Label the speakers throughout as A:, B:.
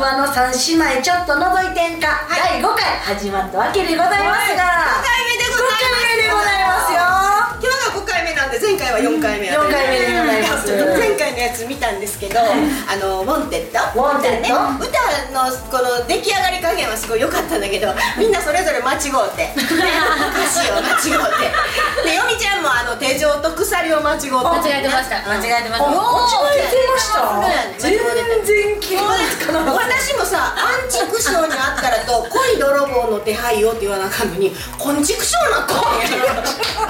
A: 姉妹ちょっと覗いてんか、第5回始まったわけでございますが、
B: 5回目でございます
A: 5回目でございますよ
B: 今日が5回目なんで前回は4回目やっ
A: 四
B: た
A: 回目でございます
B: ちょっと 前回のやつ見たんですけど「あのウォンテッド」
A: ウォンテッド
B: 歌のこの出来上がり加減はすごい良かったんだけどみんなそれぞれ間違う てね歌詞を間違うてでよみちゃんもあの手錠と鎖を間違うて
C: 間違えてました間違えてまし
A: 間
C: た
A: 違えてました
B: そう
A: 全
B: やね
A: 然気がつかなかっ
B: 私もさ「アンチクショーにあったら」と「恋泥棒の手配を」って言わなあかんのに「こんちくしょうなった」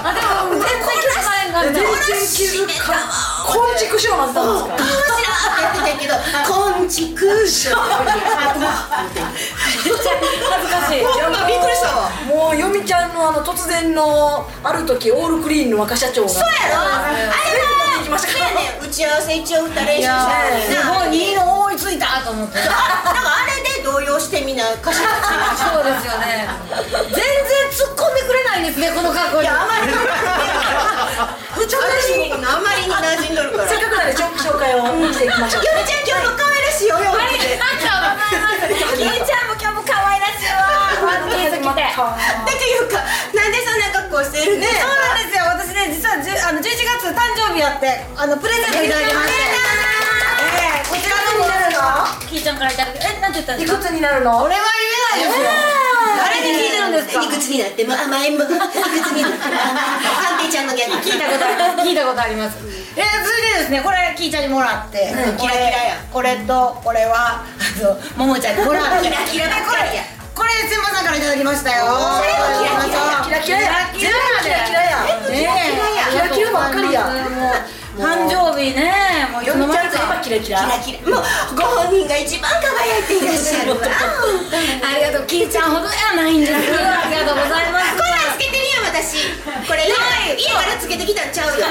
C: あでも全然使えん
A: た
C: かっ
A: 全然
C: た
A: 気づかなこんちくしょうなったん
B: かもしらんって
A: ですか
B: 言ってたけど、こんちくしょうにあった。
A: 恥ずか しい
B: ほんまびっくりしたわ
A: もうよみちゃんのあの突然のある時オールクリーンの若社長がそう
B: やろあれは
A: 行きましたから
B: ね打ち合わせ一応歌練習し
C: いや
B: た
C: ーすごいいいの思いついたと思って
B: なんかあれで動揺してみんな歌詞が違う
C: そうですよね全然突っ込んでくれないんですねこの格好
B: い
C: に
B: やあまり
A: 部長大
B: 私
A: 臣
B: もあまりに馴染んどるか ら
A: せっかくなんでちょ紹介をしていきましょう
B: よりちゃん今日も可愛らしいよよ
C: ありがとうございますキイちゃんも今日も可愛らしいわワンピース着て
B: っていうかなんでそんな格好してるね
D: そうなんですよ私ね実はじゅあの11月誕生日やってあのプレゼントいただきましてええこちらのものですか
C: キイちゃんからいただいてえなんて言ったんで
A: い
C: すか
A: くつになるの
D: これは言えないですよ誰に聞いてるんですか
B: いくつになっても甘えんもいくつになってもハンディちゃんのギャグ聞いたことある
C: 聞いたことあります
D: えー、続いてですねこれキイちゃんにもらって、
B: うん
D: これ
B: キラキラや
D: これとこれはあのももちゃんにもらって
B: キラキラだ
D: でこれ
B: キラキラ
D: これ千葉さんからいただきましたよ
B: それもキラキラや
D: キ
A: キラキラや
D: キラキラや
A: キラや
D: ね
A: キラキラばっかりや
C: もう誕生日ねもうい
A: よ
C: つの
A: みち
C: 間
A: ゃん
C: に
A: といえば
C: か
A: キラキラ
B: キラキラもうご本人が一番輝いていらっしゃるわ
C: ありがとうキイちゃんほどやないんですけどありがとうございます
B: これつけてるよ私これ家家からつけてきたんちゃうよ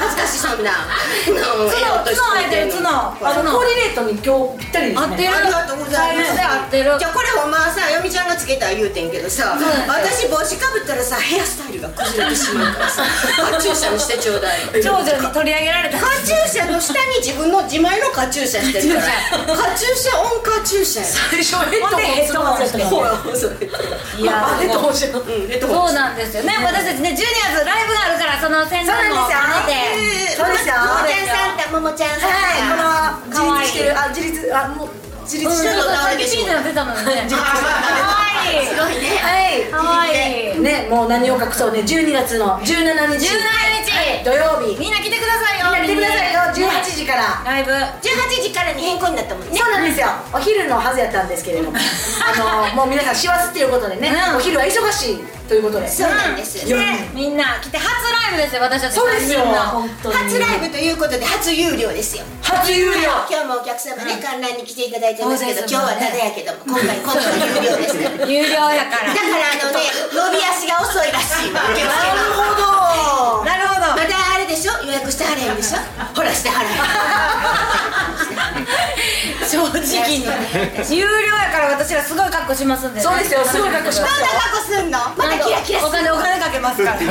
B: 恥ずかしいそんな角
D: 角角生えてる角
A: あのコーディネートに今日ぴったりで
C: 合
A: す
C: っ
A: ね
C: てる
B: ありがとうございます
C: サイズで合ってる
B: じゃあこれほんまはさよみちゃんがつけた言うてんけどさ私帽子かぶったらさヘアスタイルが崩れてしまうからさカチューシャにしてちょうだい
C: 長女に取り上げられた
B: カチューシャの下に自分の自前のカチューシャしてるからカチューシャオンカチューシャや
A: 最初ヘッドホンヘッドホンして
B: ほらそれ
A: いやヘッドホンしてる
B: うんヘッドホン
C: そうなんですよね私たちね12月ライブがあるからその宣
D: そう
C: 伝も
D: なん
C: 兼
D: ですよ
C: ねて
A: そうですよ
B: ももちゃんサンタももちゃんサンタ
A: はいこの
C: 可
A: 自
C: 愛い
A: 立してるあ自立あもう自立
C: うん
A: し
C: ち
A: て
C: ょ
A: る
C: っ
B: の
C: と
B: 可
C: そ
B: 愛
C: れ
B: いで
C: ピ
B: しょ
C: ーチの出たもんね
B: すごいね
A: はい
C: かわいい17
A: ねもう何を隠そうね12月の17日
C: 日
A: 土曜日
C: みんな来てくださいよ
A: 来てくださいよ18時から
C: ライブ
B: 18時からに変更になったもんね
A: そうなんですよお昼のはずやったんですけれどもあのもう皆さん師走っていうことでね
C: うん
A: お昼は忙しいということで
B: そうなんです
A: よ
C: みんな来て初ライブですよ私たち
A: そうですよ
C: みんな
A: 本当に
B: 初ライブということで初有料ですよ
A: 初有料
B: 今日もお客様ね観覧に来ていただいてますけど
C: 大勢
B: 今日はただやけども今回今度は有料ですからだから あ
C: 有料やから
B: のね伸び足が遅いらしいわ受付の
A: ほ
D: なるほど
B: まだあれでしょ予約してはれへんでしょほらしてはれへん
C: 正直に
D: 有料やから私らすごい格好しますんでね
A: そうですよすごい格好しま
B: どん
A: す
B: な格好すんのまたキラキラす
D: お金お金かけますからちゃん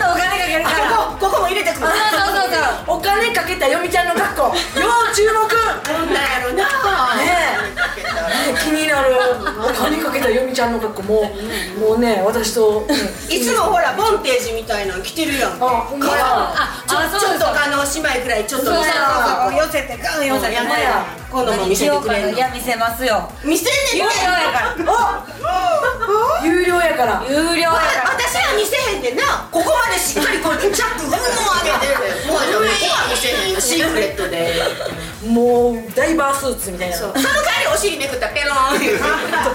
D: と
B: お金かける
D: お金かけるか
B: とか
D: ら
B: ここここも入れてくる
C: そうそうそうそう
A: お金かけたよみちゃんの格好要注目
B: どんなんやろな
A: ねえ気になるお金かけたよみちゃんの格好もうもうね私と
B: いつもほらボンテージみたいなの着てるやん
A: あほんまや
C: あ
B: ちょ
C: あそう
B: ちょ
C: で
B: っ
C: す
B: とあの姉妹くらいちょっと見せて
D: こう寄せてガン寄せて
B: やばい
A: や
B: や今度も見せてくれる
D: いや見せますよ
B: 見せ
D: 有
B: んね
D: 料
B: ん
D: や
B: て
D: から
A: 有料やから
D: 有料や
B: わ
D: から
B: 私は見せへんでなここまでしっかりこうチャックグー上げてるもうここは見せへんよシークレットで
A: もうダイバースーツみたいな
B: そうその代わりお尻めくったらペローンって
A: ど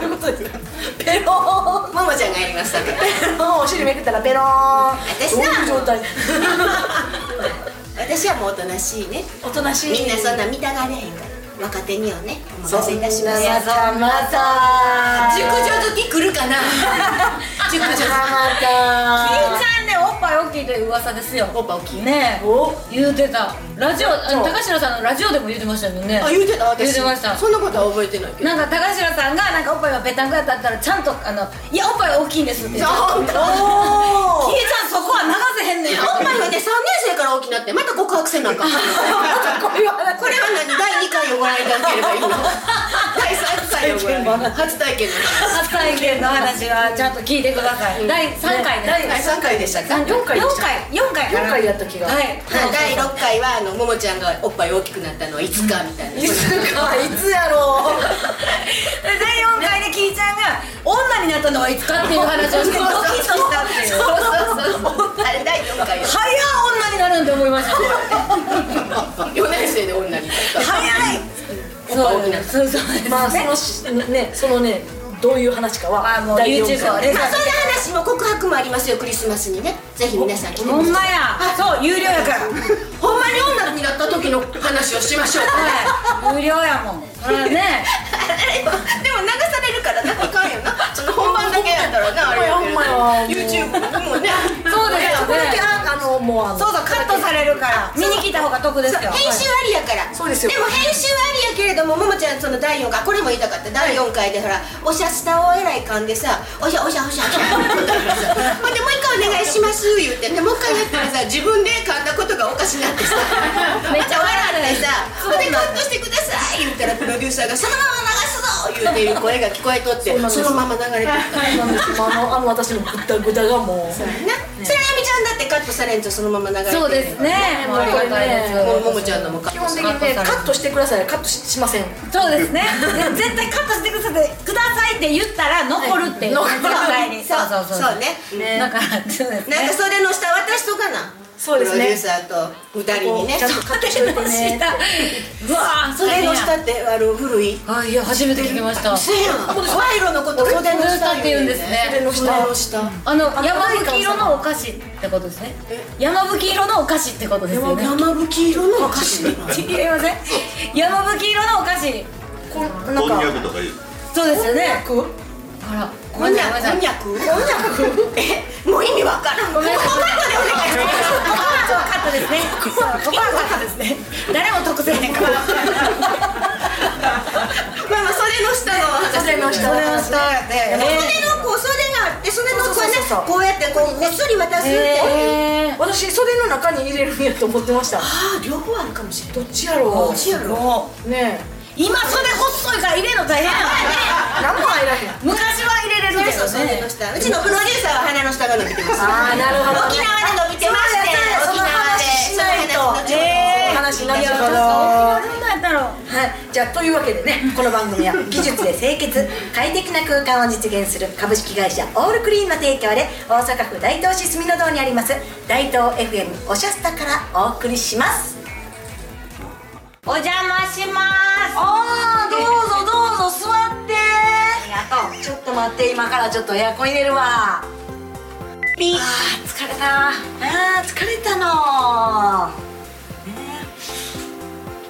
A: ういうことですかペローン
B: ももちゃんがやりましたから
A: もうお尻めくったらペローン
B: 私
A: どう
B: な
A: いう状態
B: 私はもうおとなしいね
A: おとなしい
B: みんなそんな見たがれへんから若手にはねお任せいたします
A: やざまた
B: 熟女好き来るかな熟女
D: キ
A: また
B: 好き
D: イちゃんねおっぱい
C: ぱい大きいという噂ですよ
B: おっぱい大きい
C: ねえ
A: お
C: 言うてたラジオあ
A: そう
C: の高城さんのラジオでも言ってましたよね
B: あ言うてた私
C: 言うてました
B: そんなことは覚えてないけど
C: なんか高城さんがなんかおっぱいがペタンコやったったらちゃんとあのいやおっぱい大きいんですって
B: じゃあ本当
D: きいちゃんそこは流せへんねん
B: おっぱいがね3年生から大きなってまた告白せなあかんこれは何第2回をご覧いただければいいの第3回をご覧いただければ初体験の話
C: 初体験の話はちゃんと聞いてください、第3回です、
B: 第3回でしたか
C: 第
B: はい
A: 四回でした
C: 4回4回かな
A: 四回やった気が
C: はい、
B: 第6回はあのももちゃんがおっぱい大きくなったのはいつかみたいな
A: かいつやろう
C: で第4回でキイちゃんが女になったのはいつかっていう話をしてドキッとしたっていう
B: そうそうそうあれ第4回よ
C: 早い女になるんって思いましたね
B: 4年生で女になった
C: 早い
B: おっぱい大きなった
C: そうそうそうですね、
A: まあそのねそのねどういう話か
C: まあも
A: は
C: う
A: 第四
C: YouTube を
A: 回
C: ね
B: まあそんな話も告白もありますよクリスマスにねぜひ皆さん来てくだ
C: ほん
B: さ
C: まやそう有料やから
B: いほんまに女になった時の話をしましょう
C: はい無料やもんそれは ね
B: でも流されるからなあかんよなちょっと本番だけやったらなあれやけど
A: ほんまや
B: YouTube もね
C: そうです
A: そ
C: よ
A: こだけ
C: ね
A: ああのもうあの
D: そうそうカットされるから
C: 見に来た方が得ですよ
B: 編集ありやから
A: そうですよ
B: も編集ありやけれどもももちゃんその第4回これも言いたかった第4回でほらおしゃしたをえらい感でさおしゃおしゃおしゃおしゃほんでもう一回お願いします言ってでもう一回やったらさ自分で噛んだことがおかしなってさ
C: めっちゃ
B: 笑
C: 笑
B: っ
C: って
B: さ「ほんでカットしてください」言ったらプロデューサーが「そのまま流すぞ!」言うていう声が聞こえとって
A: そうなんです
B: そのまま流れてった
A: なんですよあのあの私のぐだぐだがもう
B: な、それあみちゃんだってカットされんとそのまま流れてる
C: そうですねもうありがたいです
B: もうももちゃんのもカッ
A: 基
B: ト
A: 本
B: さ
A: 的
B: れ
A: にねカットしてくださいカットししません
C: そうですねで絶対カットしてくださいくださいって言ったら残るっていう
A: はい
C: 絶対に
B: そうそうそうそう
C: そう
B: ね
C: だからそうですね
B: なんかそれの下渡しとかな
A: そうですね
B: プロデューサーと二人にね
A: ちゃんとカットしといてね
C: うわー
B: そ
C: そ
B: れ
C: れ
B: の
C: の
B: 下
C: 下
B: ってあの古い
C: あいや初めて聞きました
B: そうやん賄賂のこと袖の下
C: 袖
A: の下
B: 袖の下
C: あの山吹色のお菓子ってことですね
B: え
C: 山吹色のお菓子ってことですよね
B: 山吹色のお菓子
C: 違いません山吹色のお菓子
A: こんなんか
E: こんにゃくとか言う
C: そうですよね
A: こんにゃく
C: あら
B: こんにゃく
C: ごめ
B: こん
C: ん
B: にゃくこん
C: なさい
B: にゃくえもう意味わからんここ
C: んなさい
B: カットでお願いします
C: ここはカットですねここはカットですね誰も得せへんから
B: まあまあ袖の下の
A: 袖の下
D: それをしたらや
B: でも
D: って
B: 袖のこう袖があって袖のこうね
A: そうそうそうそう
B: こうやってこうこっそり渡すっていう、
C: え
A: 私袖の中に入れるんやと思ってました
B: ああ両方あるかもしれな
A: ど
B: い
A: っちやろ
B: どっちやろ
D: も
A: うね
C: 今袖細いから入れるの大変や
A: え何も入らへん
C: ん昔は入れれるけ
B: そう
C: ど
B: 袖
C: ね
B: の下うちのプロデューサーは鼻の下が伸びてます
A: あーなるほど
B: 沖縄で伸びてまして
A: そう
B: 沖
A: だ
B: 縄で
A: そうだその話しないとお話
B: その話後
A: になっ
C: い
A: ちゃう
C: や
A: から
C: 私どんなんやったろう
F: はい、じゃあというわけでねこの番組は技術で清潔快適な空間を実現する株式会社オールクリーンの提供で大阪府大東市住の堂にあります大東 FM おしゃスタからお送りします
C: お邪魔します
F: ああどうぞどうぞ座ってありがとうちょっと待って今からちょっとエアコン入れるわピーあー疲れたあー疲れたのね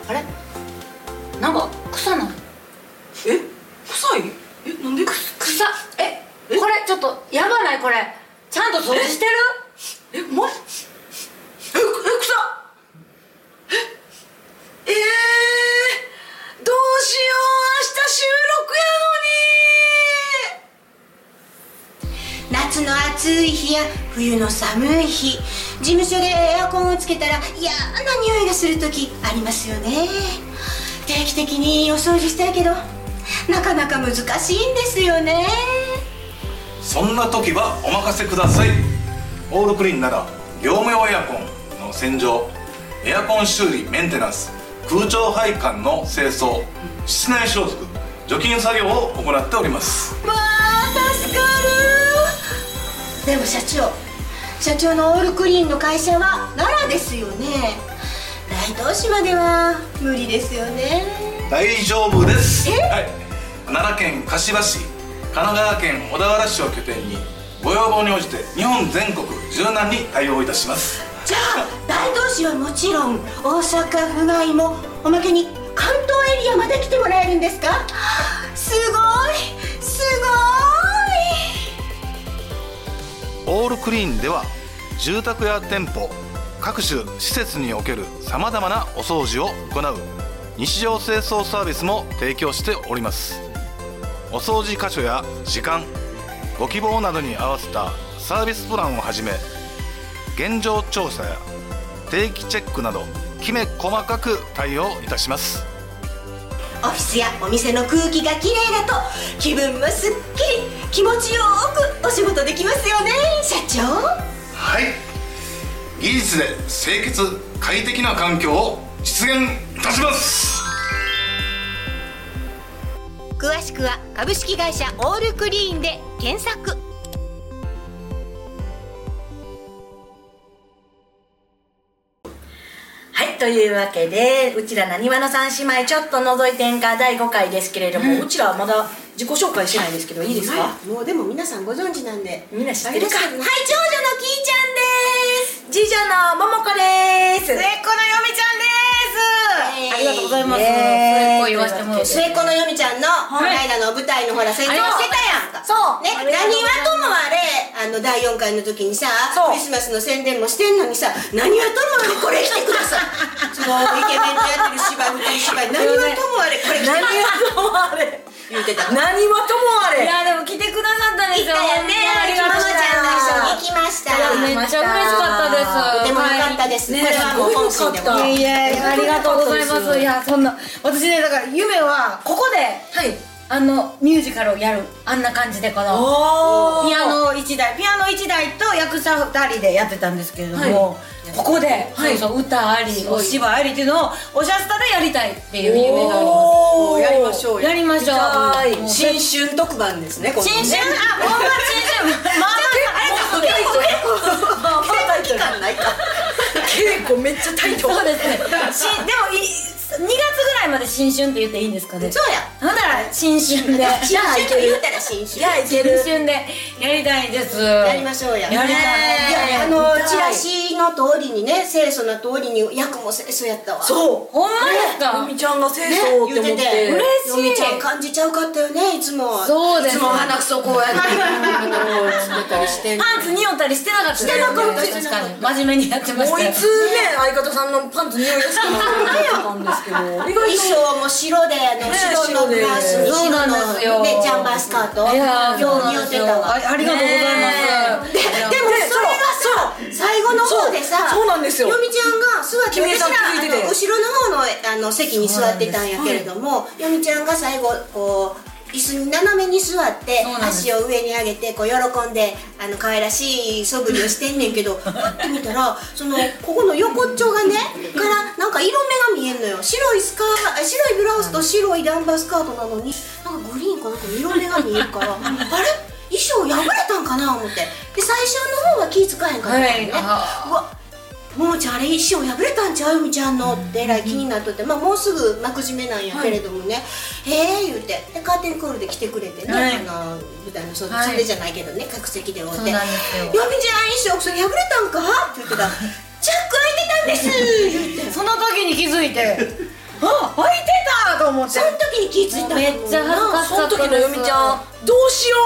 F: あれなんか臭ない
B: え臭いえなんで
C: 草えこれちょっとやばないこれちゃんと掃除してる
B: えまええ臭
C: ええー、どうしよう明日収録やの
B: 夏
C: に
B: の暑い日や冬の寒い日事務所でエアコンをつけたら嫌な匂いがする時ありますよね定期的にお掃除したいけどなかなか難しいんですよね
G: そんな時はお任せくださいオールクリーンなら業務用エアコンの洗浄エアコン修理メンテナンス空調配管の清掃室内消毒除菌作業を行っております
B: わあ助かるでも社長社長のオールクリーンの会社は奈良ですよね大東市までは無理ですよね
G: 大丈夫です、
B: え
G: はい、奈良県柏市神奈川県小田原市を拠点にご要望に応じて日本全国柔軟に対応いたします
B: じゃあ大東市はもちろん大阪府外もおまけに関東エリアまで来てもらえるんですかすごいすごい
G: オールクリーンでは住宅や店舗各種施設におけるさまざまなお掃除を行う日常清掃サービスも提供しておりますお掃除箇所や時間ご希望などに合わせたサービスプランをはじめ現状調査や定期チェックなどきめ細かく対応いたします
B: オフィスやお店の空気がきれいだと気分もすっきり気持ちよくお仕事できますよね社長
G: はい技術で清潔快適な環境を実現いたします
B: 詳しくは株式会社オールクリーンで検索
F: はい、というわけで、うちらなにわの三姉妹、ちょっと覗いてんか第5回ですけれども、うちらはまだ自己紹介してないですけど、いいですか、
B: もうでも皆さんご存知なんで
F: みんな知ってるか。はい、長女の
B: は
F: きいちゃんです。次女のももこです。
D: 末っ子のよみちゃんです
F: ありがとうございます。
B: えー
F: そういう声言わせてもらって。
B: 末っ子のよみちゃんのこの間の舞台のほら成長してたやんか
F: そう
B: ね
F: あ
B: 何
F: りがとうございます
B: はともあれあの第4回の時にさ
F: そう
B: クリスマスの宣伝もしてんのにさ何はともあれこれ来てくだ さいそのイケメンとやってる芝生と芝居何はともあれこれ来てくだ
F: 何
B: さい
F: はともあれ。
B: 言うてた
F: 何はともあ
C: い
F: れ。
C: やでも来てくださったんですよ
B: ありがとうございましたママちゃんと一緒に行きました
C: めっちゃ嬉しかったです
B: とても良かったです、これはもう本心でも
A: すごい良かった
D: いやいやありがとうございますいやそんな私ねだから夢はここで
A: はい
C: あのミュージカルをやるあんな感じでこの
A: お
D: ピアノ1台ピアノ1台と役者2人でやってたんですけれども、ここで、そうそう歌ありお芝居ありっていうのをおしゃスタでやりたいっていう夢がありま
A: おー
B: やりましょう
C: すやりましょう
A: 痛い
C: もう
B: 新春特番ですねこの
C: 新春あほんま新春まあ
A: 稽古
B: 期間ないか
A: 稽古めっちゃタイト
C: そうですねしでもい2月ぐらいまで新春って言っていいんですかね
B: そうや
C: ほんなら 新春で
B: 新春と言ったら新春
A: やいける
C: 新春でやりたいです
B: やりましょうや
C: やり
B: い
C: たい
B: やあのチラシの通りにね清楚な通りに役も清楚やったわ
A: そう
C: ほんまです
A: よ
C: か
A: みちゃんが清掃って思っ
B: ね言うてて
A: て
C: 嬉しい
B: よみちゃん感じちゃうかったよねいつも
C: そうです
B: いつも鼻くそこうやってつけたりしてんの
C: パンツ匂ったりしてなかったして
B: なかった
C: 確かに真面目にやってました
A: こいつね相方さんのパンツ匂いがするなってたんですけど
B: 衣装も白であの
A: ね
B: 白のグラスに白
C: そうなん
B: の
C: ですよ
B: ねジャンバースカート
C: いやー
B: よ
C: そう
B: う
C: なん
B: 似合っ
C: です
B: て
C: よ
B: たわ
C: あありがとうございます、
B: でもそれがさ最後の方でさ
A: そうそうなんですよ
B: よみちゃんが座って
A: 君江
B: 私
A: さん
B: ら
A: 気づいてて
B: あの後ろの方のあの席に座ってたんやけれどもよみちゃんが最後こう椅子に斜めに座って
C: そうなんです
B: 足を上に上げてこう喜んであの可愛らしい素振りをしてんねん けどパッて見たらそのここの横っちょがねからなんか色目が見えんのよ白いスカーあ白いブラウスと白いダンバースカートなのになんかグリーンかなんかの色目が見えるからあれ衣装破れたんかな思ってで最初の方は気ぃ使えへんかったのね、
C: は
B: うわももちゃんあれ衣装破れたんちゃうよみちゃんのってえらい気になっとって、まあ、もうすぐ幕締めなんやけれどもね「へえ」言うてでカーテンコールで来てくれてね、
C: はい
B: あの舞台の袖、
C: はい
B: 袖じゃないけどね各席で会う
C: そう
B: て「よみちゃ
C: なん
B: ん
C: ですよ
B: 衣装それ破れたんか?」って言 ってたら「チャック開いてたんです」言うて
D: すその時に気づいてあ開いてたと思って
B: その時に気づいた
C: めっちゃ恥ずかし
A: そ
C: か
A: の
C: ったで
A: 時
C: す
A: のよみちゃんどうしよ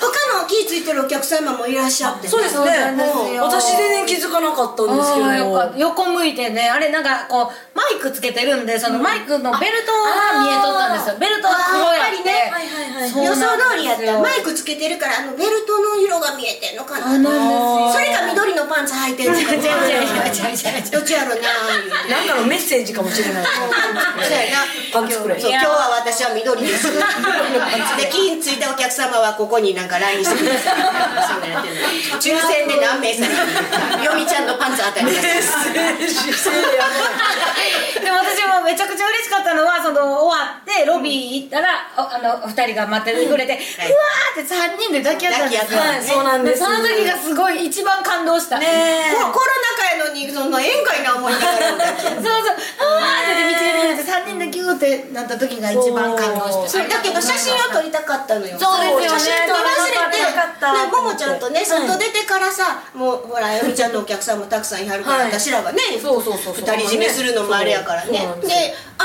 B: 他の気付いてるお客様もいらっしゃって
A: う
B: ね
A: そうです
C: そうなん
A: ね
C: ですよ
A: 私全然気づかなかったんですけ
C: あーよかっ
A: ど
C: た横向いてねあれなんかこうマイクつけてるんでそのマイクのベルトが見えとったんですよベルトが黒やっ
B: あー
C: て
B: やっぱ
A: りねはいはいはい
C: そう
B: 予
C: な
B: 想
C: んです
B: 通りやった
C: よ
B: マイクつけてるからあのベルトの色が見えてんのかな
C: あなんです
B: それか緑のパンツ履いてるのか
C: 違う
B: な
C: 違う違う違う違う
B: どっちやろな言うて
A: なんかのメッセージかもし れない
B: そうやな
A: パンツくれ
B: そう今日は私は緑です で金ついたお客様はここになんか LINE してくだ さいそんなんやってんの抽選で何名様 によみちゃんのパンツあたりです
C: でも私もめちゃくちゃ嬉しかったのはその終わってロビー行ったら、おあのお二人が待っててくれて、うわーって3人で抱き合ったんです
B: 抱
C: よ
B: き合ったんですね
A: そうなんです
C: その時がすごい一番感動した、
B: コロコロナ禍やのにその宴会な思いながら
C: そうそううわーって言って道で見てくれて3人でギューってなった時が一番感動した
B: そうだけど写真を撮りたかったのよ
C: そうです
B: 写
C: よね
B: 真撮らせれて
C: 撮らせれたかった
B: ねももちゃんとね外出てからさもうほらよみちゃんのお客さんもたくさんいはるか
A: は
B: ら
A: い
B: 私らがね
A: そうそうそうそう
B: 二人占めするのもあれやからね
A: そうそうなんです
B: であ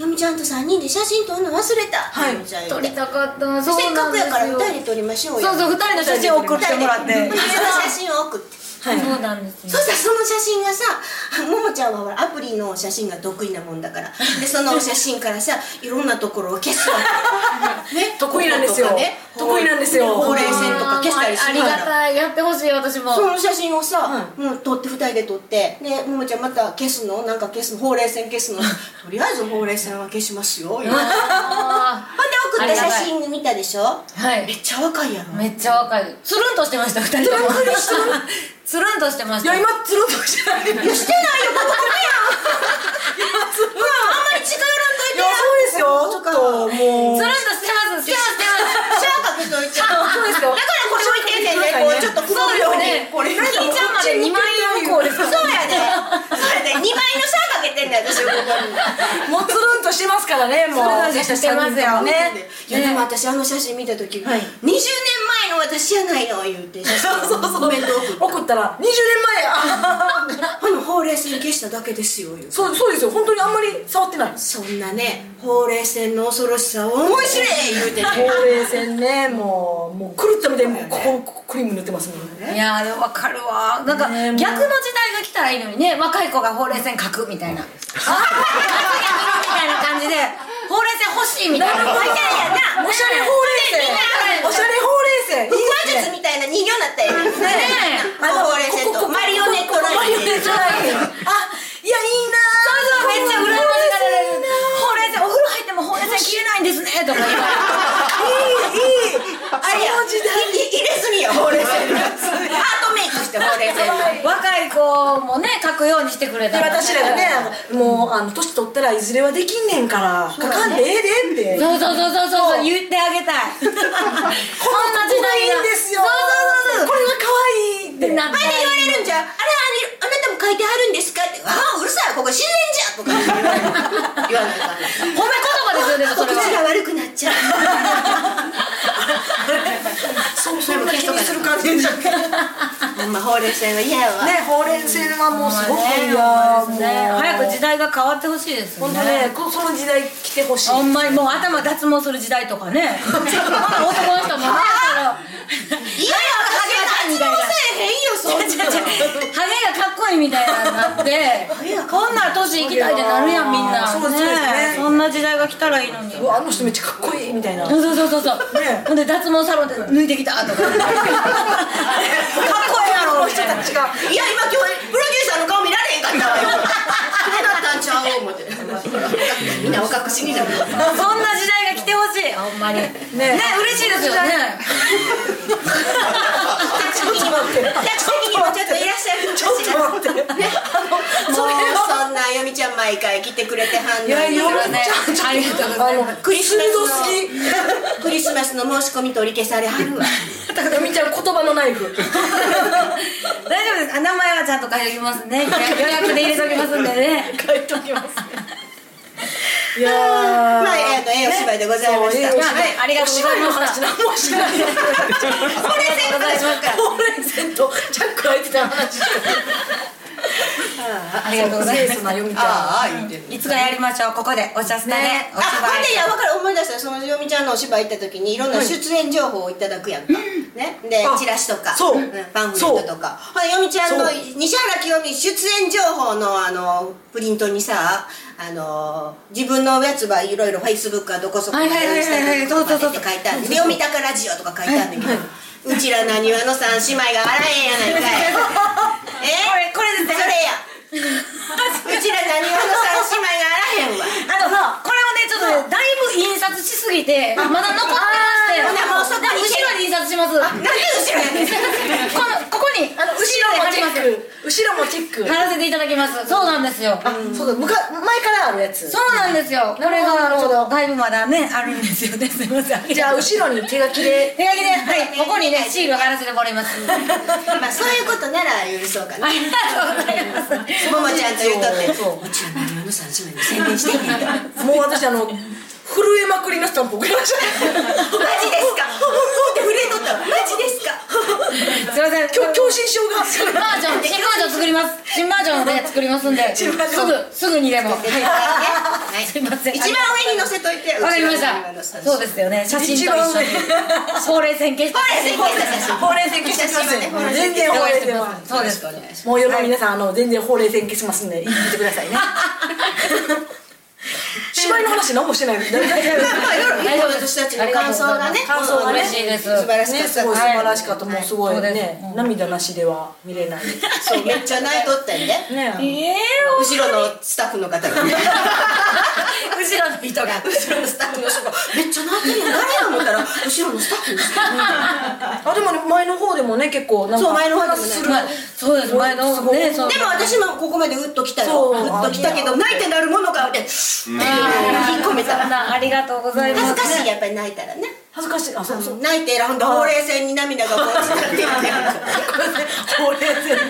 B: よみみちゃんと3人で写真撮るの忘れたはいみちゃん言
C: 撮
B: う
C: り
B: て
C: たかったそう
B: せっ
C: な
B: か
C: ん
B: く
C: です
B: や
C: よ
B: から2人で撮りましょうよ
C: そうそう二人の写真を送ってもらって
B: 2人でその写真を送って
C: そうなんですよ
B: そうしたらその写真がさももちゃんはほらアプリの写真が得意なもんだからでその写真からさいろんなところを消すわけね
A: 得意なんですよ
B: こことかね
A: 得意なんですよ
B: ほうれい線とか消したりす
C: あ
B: る
C: り
B: か
C: が
B: ら
C: たいやってほしい私も
B: その写真をさ、もう撮って2人で撮ってでももちゃんまた消すのなんか消すのほうれい線消すのとりあえずほうれい線は消しますよほんで
C: あ
B: 送った写真見たでしょ
C: ーは
B: め
C: い
B: っちゃ若いやろ
C: めっちゃ若いつるんとしてました二人ともつるんとしてまし
A: いや
C: た
A: 今つるっとしてないいや
B: いやしてないよここ
A: そうで
C: まり近寄
A: すよちょっともう
C: つるんとしてますしてます
B: シャーか
C: してます
B: けといてだから
A: そうですよ
B: これ置いてんねんねこうちょっと
C: そ
B: くぼむよ
C: う
B: う
C: です
B: に
C: ね。
B: これ
C: 金ちゃんまで二万円向こうです。
B: そうやで、そうやで、2倍の差かけてんだよ、私、ここに。
A: もうつるんとしてますからねもう
C: つるんとしてますよ
A: ね
B: いや、でも私、あの写真見たとき、20年前の私やないの、言うて、
A: そうそう
B: コメント送って
A: 送ったら20年前あ
B: あの、ほうれい線消しただけですよ、言うて
A: そうそうですよ本当にあんまり触ってないです
B: そんなね、ほうれい線の恐ろしさを思い知れ、言うてね。
A: ほうれい線 ねもうもう狂ったみたいにもうここここクリーム塗ってますもんね
C: いやーでもわかるわ。なんか
A: ねえ
C: 逆の時代が来たらいいのにね、若い子がほうれい線描くみたいな。あーみたいな感じで、ほうれい線欲しいみたいな。みたいやな。
A: おしゃれほうれい線おしゃれほうれい線いい
B: 腹
A: です
B: 話
A: ね
B: 術みたいな人形になったよ。ね
C: ね
B: あのほうれい線とマリオネットラ
A: マリオネ
B: イン
A: ットラインあいやいいな
C: そうそうめっちゃ羨ましがられ
A: いい
C: る
A: な。
C: ほうれい線お風呂入ってもほうれい線消えないんですねとか言われて。
A: いいいい
B: あれや、いい入れすぎよ、ほうれい線のやつ。ハートメイクして、ほうれい線の。
C: 若い子もね描くようにしてくれたら。
A: 私らがねあのもうあの年取ったらいずれはできんねんからかかんでええでって
C: そうそうそうそうそう言ってあげたい こんな時代
A: こ
C: が
A: こがいいんですよ
C: そうそうそうそう
A: これが可愛いって
C: なん
B: あれ言われるんじゃんあれあれあなたも書いてはるんですかってああうるさいここ自然じゃんとか 言わないか
C: 褒め言葉ですよねそれ
B: 口
C: は
B: が悪くなっちゃう
A: そうそんな気にする感じでしょね
B: まあほうれい線は嫌やわ
A: ほうれい線はもうすごくいい
C: ほ
A: わ
C: んまね
A: もう
C: 早く時代が変わってほしいですね
A: 本当ねこその時代来てほしい
C: ほんまにもう頭脱毛する時代とかね男の人もねだ から
B: 嫌やわハゲ脱毛せえへんよそんな
C: ハゲがかっこいいみたいなのにな ってこんなら年いきたいってなるやんみんな
A: そうですね
C: そんな時代が来たらいいのに
A: うわあの人めっちゃかっこいいみたいな
C: そうそうそうそうそう、
A: ね
C: ほんで脱毛サロンで抜いてきたとかかっこええやろ
A: この人たちが
B: いや今今日プロデューサーの顔見られへんかったわよ綺麗だったんちゃう思ってみんなお隠し になる
C: そんな時代が来てほしいほんまにね
A: ね
C: 嬉しいですよね
A: ちょっと待って
B: 客席にもちょっといらっしゃる
A: ちょっと待って
B: もうそんなよみちゃん毎回来てくれてはんのに
A: いやよみ
C: ねありがとうご
A: あ
C: ざい
A: の
C: ます
B: クリスマ
A: 鋭
B: ス
A: すぎ
B: のクリスマスの申し込み取り消されはるわ
A: よみちゃん言葉のナイフ
C: 大丈夫ですあ名前はちゃんと書いておきますね予約で入れておきますんでね
A: 書いときますいやー
B: まあえーとええお芝居でございました
A: そうええお
C: はい
A: 芝居
C: ありがとうござ
A: お芝居
C: いました
A: の話何もしてない
C: ありがとうございます
A: ほうれい線とチャック開いてた話
C: ありがとうございます
A: 清楚なよみちゃん
B: ああ言ってる
C: いつかやりましょうここでお茶したねお
B: あ、ほんで
C: 芝
B: やばから思い出したそのよみちゃんのお芝居行った時にいろんな出演情報をいただくやんか、ね、で
A: あ
B: チラシとか
A: そうん
B: パンフレットとかほらよみちゃんの
A: そう
B: 西原清美出演情報のあのプリントにさあの自分のやつはいろいろフェイスブックはどこそこ
C: はいはいはいはい
B: とかって書いてあるで「よみたかラジオ」とか書いてあるんだけどうちらなにわの三姉妹があらへんやないかいえ
C: これこれですね
B: それやうちらなにわの三姉妹があらへんわ
C: あのこれをねちょっとねだいぶ印刷しすぎてまだ残ってまして
B: あーほなもうそこに
C: で後ろに印刷します
B: なんで後ろやねん
C: このここにあの後ろで貼ります
A: 後ろもチェック
C: 貼らせていただきますそうなんですよ
A: あそうだむか前からあるやつ
C: そうなんですよこれ
A: なる
C: が
A: ほ
C: ち
A: ど
C: ょっとだいぶまだねあるんですよねすいませ ん
A: じゃあ後ろに手書きで
C: 手書きで、はい、ここにね、シール貼らせてもらいます。ありがと
B: まあそういうことなら許そう かな。
C: うございます。
B: ももちゃんと言うとって。
A: そう
B: もちろん何の三姉妹に宣伝してねんと。マジ
A: もう私あの震えまくりのスタンプ送りました
B: ですか。ほんって震えとったわ。マジですか。
C: すいません。
A: 強強心症が
C: バージョン、新バージョン作ります。新バージョンで作りますんで。
A: 新バージョン
C: すぐ、すぐにでも。はい
B: はい
C: すいません
B: 一番上に乗せといて
C: わかりまし
B: うちの今の
C: た
B: 写真
C: そうですよね写真と一緒にほうれい線消した
B: ほうれい線消した
C: ほうれい線消し
B: 写真はねほら
A: 全然ほうれい線は
C: そうですよね
A: もう世の皆さん、あの全然ほうれい線消しますんで言ってくださ いね芝居の話何もしてないです
B: まあ、夜
C: 大丈夫です
B: 私たちの感想がね、
C: 感想がね
B: 嬉しいです素晴らしか
A: ね、
B: った
A: すごい素晴らしかった、もうすごい
C: はいそう
A: ね、涙なしでは見れない
B: そう、めっちゃ泣いとったんで、
A: ね
C: ええ
B: 後ろのスタッフの方が、 ね、
C: 後ろの人が
B: 後ろのスタッフの人が、めっちゃ泣いてるの誰や思ったら、後ろのスタッフの人
A: あでもね前の方でもね結構なんか
B: そう、前の方でもね。
C: まあそうです前のねそう
B: でも私もここまでうっときたよ
A: そう
B: うっときたけど泣いてなるものかって引っ込めた
C: そん
B: ら
C: なありがとうございます
B: 恥ずかしいやっぱり泣いたらね
A: 恥ずかしいあそうそう
B: 泣いてらほんとほうれい線に涙がこうしたっていうね
A: ほうれい線
B: そう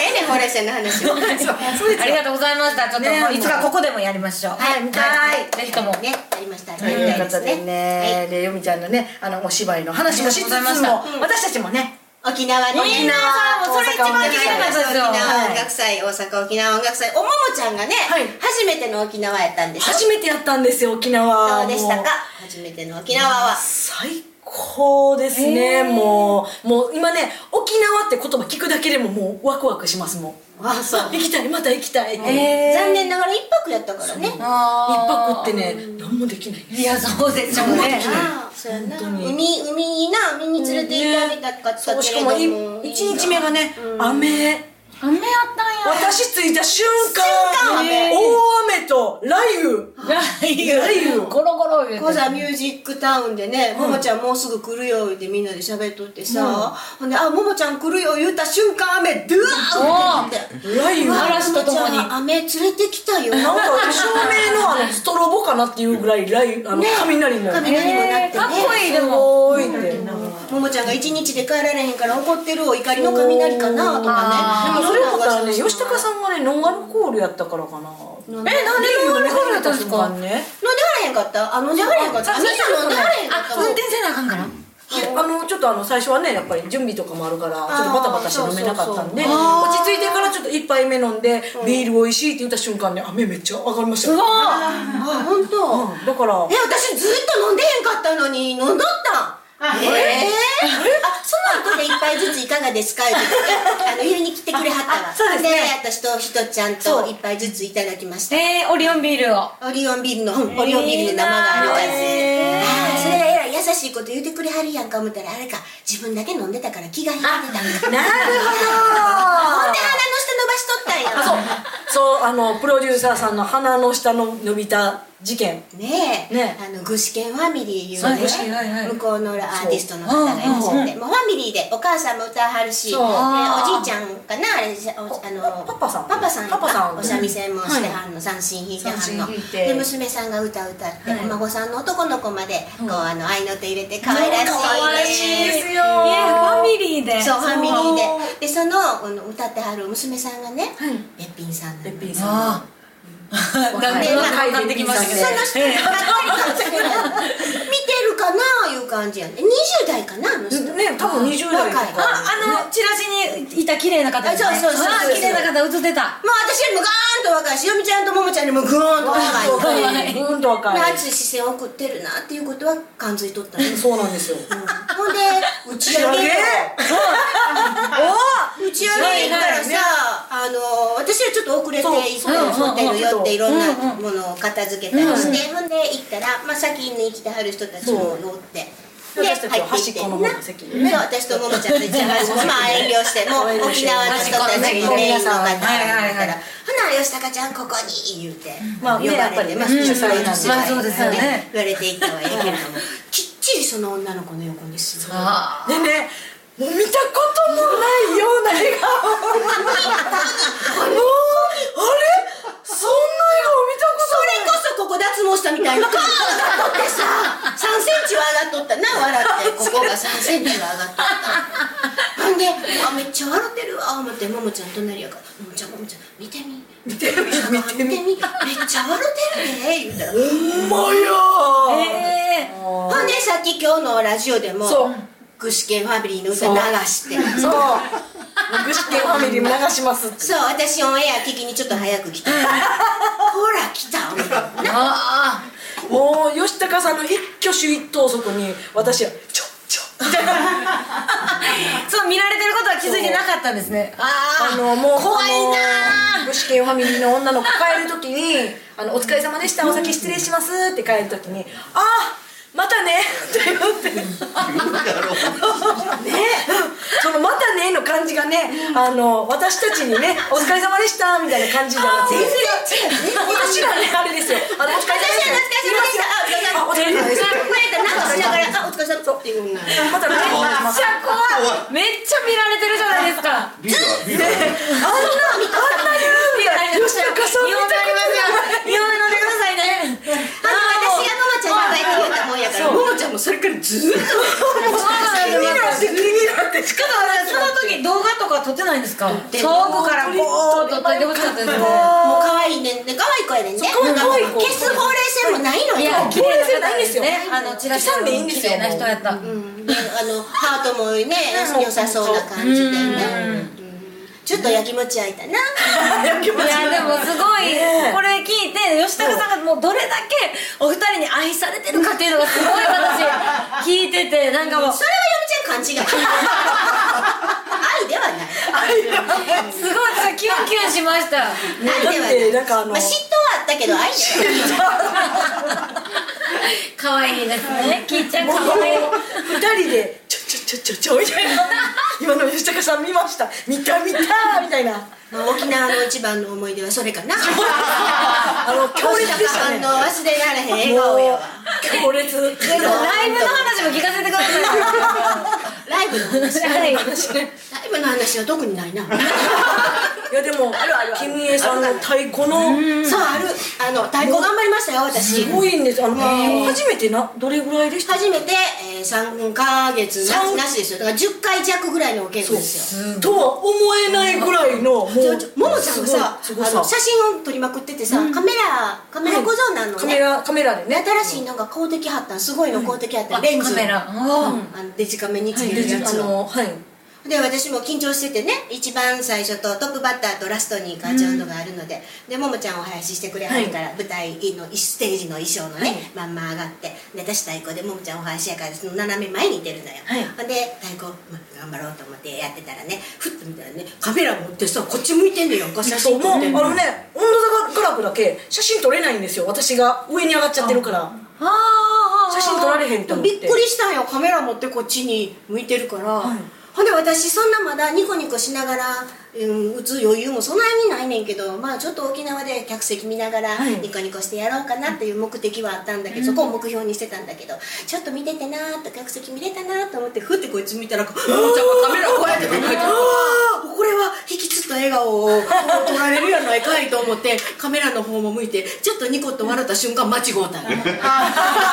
B: ええねんほうれい線の話 は
C: ありがとうございましたちょっともう
A: ね
C: いつかここでもやりましょう
B: はい見たい
C: ぜひとも
B: ねありましたありま
A: と
B: し
A: いう
B: た
A: ことでね、でよみちゃんのねあのお芝居の話もしつつも
C: ありがとうございま
A: 私たちもね
B: 沖縄のね
A: 沖縄
C: そうそれ一番聞きたかったですよ
B: 沖縄音楽祭大阪沖縄音楽祭おももちゃんがね
A: はい
B: 初めての沖縄やったんでしょ
A: 初めてやったんですよ沖縄
B: どうでした
A: も
B: か初めての沖縄は
A: 最高ですね、もうもう今ね沖縄って言葉聞くだけでももうワクワクしますもん
B: あそう
A: 行きたいまた行きたいって、
B: 残念ながら一泊やったからね
A: 一
C: あ
A: 泊ってね何もできないね
C: いやそうでしょうね
B: ああそうやな
A: 本当に
B: 海海にな海に連れて行ってあげたかったけれど
A: そうしかもい
B: も
A: 一日目がね、雨
C: 雨やったんや
A: 私着いた瞬間
B: 瞬間雨
A: 大雨と雷 雨雷雨
C: ゴロゴロ言うて
B: こざミュージックタウンでね、ももちゃんもうすぐ来るよってみんなで喋っとってさ、ほんで、あ、ももちゃん来るよ言った瞬間雨、ドゥワーって言って。
A: 雷雨
B: うわ
C: 嵐とともに
B: ももちゃん雨連れてきたよ。
A: なんか照明のあのストロボかなっていうぐらい雷雨あの、雷も
B: 雷もなってね。
C: かっこいいでも
A: 多いって、でも
B: ももちゃんが一日で帰られへんから怒ってるお怒りの雷かなとかね。
A: それだったらね吉
B: んな噂を
A: 高さんがねノンアルコールやったからかな
B: して
A: え
B: た。え、なんで
A: ノンアルコールやったんですかね
B: 飲んではれへんかったあ、飲んではれへんかったあ、みんな飲んではれへんかった
C: 運転せなあかんから
A: あのちょっとあの最初はねやっぱり準備とかもあるからちょっとバタバタして飲めなかったんで
B: あー
A: 落
B: そうそうそ
A: ち
B: う
A: 着いてからちょっと一杯目飲んでビール美味しいって言った瞬間ね雨めっちゃ上がりましたよ
B: あ、本当。
A: うんだから
B: え、私ずっと飲んでへんかったのに、飲んどったん。ええあ、その後で一杯ずついかがですか言う てあの、家に来てくれはったわ。
A: あそうですね
B: 私とひとちゃんと一杯ずついただきました。
C: えー、オリオンビールを
B: オリオンビールの、うんオリオンビールの生があるやつ。
A: え
B: あーそれがえらい優しいこと言うてくれはるやんか思ったらあれか自分だけ飲んでたから気が引いてたんかなるほどほんで鼻の下伸ばしとったんや
A: そうあのプロデューサーさんの鼻の下の伸びた事件
B: ねえ、
A: ね
B: あの具志堅ファミリーいう
C: そう
B: ね
C: 具志堅はいはい
B: 向こうのアーティストの方がいらっしゃってもうファミリーでお母さんも歌はるし、ね、
A: そう
B: おじいちゃんかなあれおあの
A: パパさん
B: パパさん
A: パパさん
B: お三味線もしてはんの、三振弾いてはんの
A: 三振弾いて
B: で娘さんが歌歌って、お孫さんの男の子までこうあの合いの手入れて可
A: 可
B: 愛らしいね
A: すよ
C: いやファミリーで
B: そうファミリーででそのあの歌ってはる娘さんがね、
A: はい
B: べっぴんさんなの
A: べっぴ んさん
C: ああなん
A: 若い
C: で
B: 若
C: 分かってきましたけど
B: その人ばっかりなんですけど見てるかないう感じやね20代かなあの人
A: ね多分20代と
B: 若い
A: か
C: ああのチラシにいた綺麗な方ですね
B: あそうそうそうそう
C: あー綺麗な
B: も
C: 方映ってた
B: う私よりもガーンと若いしよみちゃんとももちゃんよりもグーンと若い
A: 若いうんと若い
B: 熱い視線を送ってるなっていうことは感づいとったね
A: そうなんですよ
B: ほんで打ち上げよ打ち上げ行ったらさ、あの私はちょっと遅れて行って
A: そうそう
B: ホテル寄っていろんなものを片付けたりして、ほんで行ったら、まあ、先に来てはる人たちも乗って。
A: そう私たちは端っこの方の席
B: で、そう私とももちゃんと一番まあ遠慮して、もう沖縄の人たちのメインの方がいたら、ほな、吉高ちゃんここに言うて、
A: まあね
B: 呼
A: やっぱ
B: ばれ
A: りね
B: て、まあ、主催の
A: うん
B: 主
C: まあそうですよ
B: 催
C: ね
B: ね、言われていったわやけれども、きっちりその女の子の横に座る。
C: あ
A: でねもう見たこともないような笑顔もうあれそん
B: それこそここ脱毛したみたいにガーン上がっとってさ3センチは上がっとったな笑ってここが3センチは上がっとったほんであめっちゃ笑ってるわ思ってももちゃん隣やから「ももちゃんももちゃん見てみ見てみ見てみめっちゃ笑ってるね」言うたら
A: なの見たことない
C: ー
A: よ
C: え
B: ほんでさっき今日のラジオでも
A: そう
B: 具志堅ファミリーの歌流して
A: そう具志堅ファミリーも流しますって
B: そう私オンエア聞きにちょっと早く来たほら来た
C: あ
A: もう吉高さんの一挙手一投足に私はちょちょ
C: あそう見られてることは気づいてなかったんですねあ
A: あのもう
C: 怖いな
A: あの具志堅ファミリーの女の子帰る時に「あのお疲れ様でしたお先失礼します」って帰る時に「ああまたね」って言ってね その「またね」の感じがねあの私たちにね「お疲れ様でした」みたいな感じじゃなくて私らねあれですよ「あのお疲れ様でした」あお疲れ様でした
B: なんかしながら「あお疲れ様」っていうふうな
A: またね
C: めっちゃ怖いめっちゃ見られてるじゃないですか
E: リーダーリーダー
A: あんなあんなに
C: 見られてる
A: 吉高さん見
C: 日本に
A: た
C: なり
A: こ
C: ま
A: とない
C: すよ日本になってくださいね
B: あの私がももちゃんに会えて言ったもんやからももちゃんもそれからずっと
A: 気になって気になって
C: しかもあれその時動画とか撮ってないんですか遠くからこう撮っといてほしかったですね
B: もう可愛いねんね可愛い子やねんね
A: そう可愛い子
B: 消す法令線もないの
C: い
B: よ
C: や
A: 綺
C: 綺
A: 麗
C: 麗
A: な
C: な
A: 方
C: 方
A: で
C: ですす
A: ね
C: ねあのチラシ
A: 刻んでいいんですよ
C: 綺麗な人やった
B: であのハートもね良さそうな感じでねちょっとやきもち焼いたな
C: うんいやでもすごい
A: ねえ
C: これ聞いて吉高さんがもうどれだけお二人に愛されてるかっていうのがすごい私聞いててなんかもう
B: それはよみちゃん勘違い愛ではない
C: すごい私キュンキュンしました
B: 愛では
A: だっ
B: な
A: て
B: い
A: なんかあの
B: まあ、嫉妬はあったけど愛ではない
C: 可愛いですねきいちゃん可愛い
A: 二人でちょちょちょちょちょみたいな今の吉高さん見ました見た見たみたいな
B: まあ沖縄の一番の思い出はそれかな
A: あの強烈でした
B: さ
A: ね
B: んの忘れられへん笑顔や
A: もう
B: わ
A: 強烈
C: でもライブの話も聞かせてくだ
B: ライブの話
C: さいはい
B: ライブの話は特にないなそう
A: いやでも君江さんの太鼓の
B: あるあの太鼓頑張りましたよ私
A: すごいんですあの初めてなどれぐらいでした
B: 初めて、えー、3ヶ月
A: 三
B: ななしですよだから10回弱ぐらいのお稽古ですよ
A: とは思えないぐらいのもう
B: ちょちょももちゃんがさ
A: すごい
B: あ
A: す
B: の
A: ご
B: 写
A: さ
B: 真を撮りまくっててさ、カメラカメラ小僧なの
A: カメ
B: ね、
A: ラカメラでね
B: 新しいなんか買うてきはったんすごいの買うてきはったん、レンズ
C: カメラ
B: う
C: うん
B: んあのデジカメにつけ
A: で
B: るや
A: あ
B: つを、
A: のはい
B: で私も緊張しててね一番最初とトップバッターとラストにガチャンドがあるので、でももちゃんお囃子してくれはるから、舞台のステージの衣装のね、まんま上がってで私太鼓でももちゃんお囃子やからその斜め前に出るのよ、
A: はい
B: ほんで太鼓、ま頑張ろうと思ってやってたらねふっと見たらねカメラ持ってさこっち向いてんのよこう写
A: そう
B: 真
A: もう
B: 撮
A: あの
B: ってんの
A: ね温度差がガラクだけ写真撮れないんですよ私が上に上がっちゃってるから写真撮られへんと思って
B: びっくりしたんよカメラ持ってこっちに向いてるから、ほんで私そんなまだニコニコしながら、うん、打つ余裕もそんなにないねんけどまあちょっと沖縄で客席見ながら
A: はい
B: ニコニコしてやろうかなっていう目的はあったんだけど、そこを目標にしてたんだけどちょっと見ててなーっと客席見れたなーと思ってふってこいつ見た らこうももちゃんがカメラ こうやって構えてるあーこれは引きつった笑顔を撮られるやないかいと思ってカメラの方も向いてちょっとニコッと笑った瞬間間違うたんよ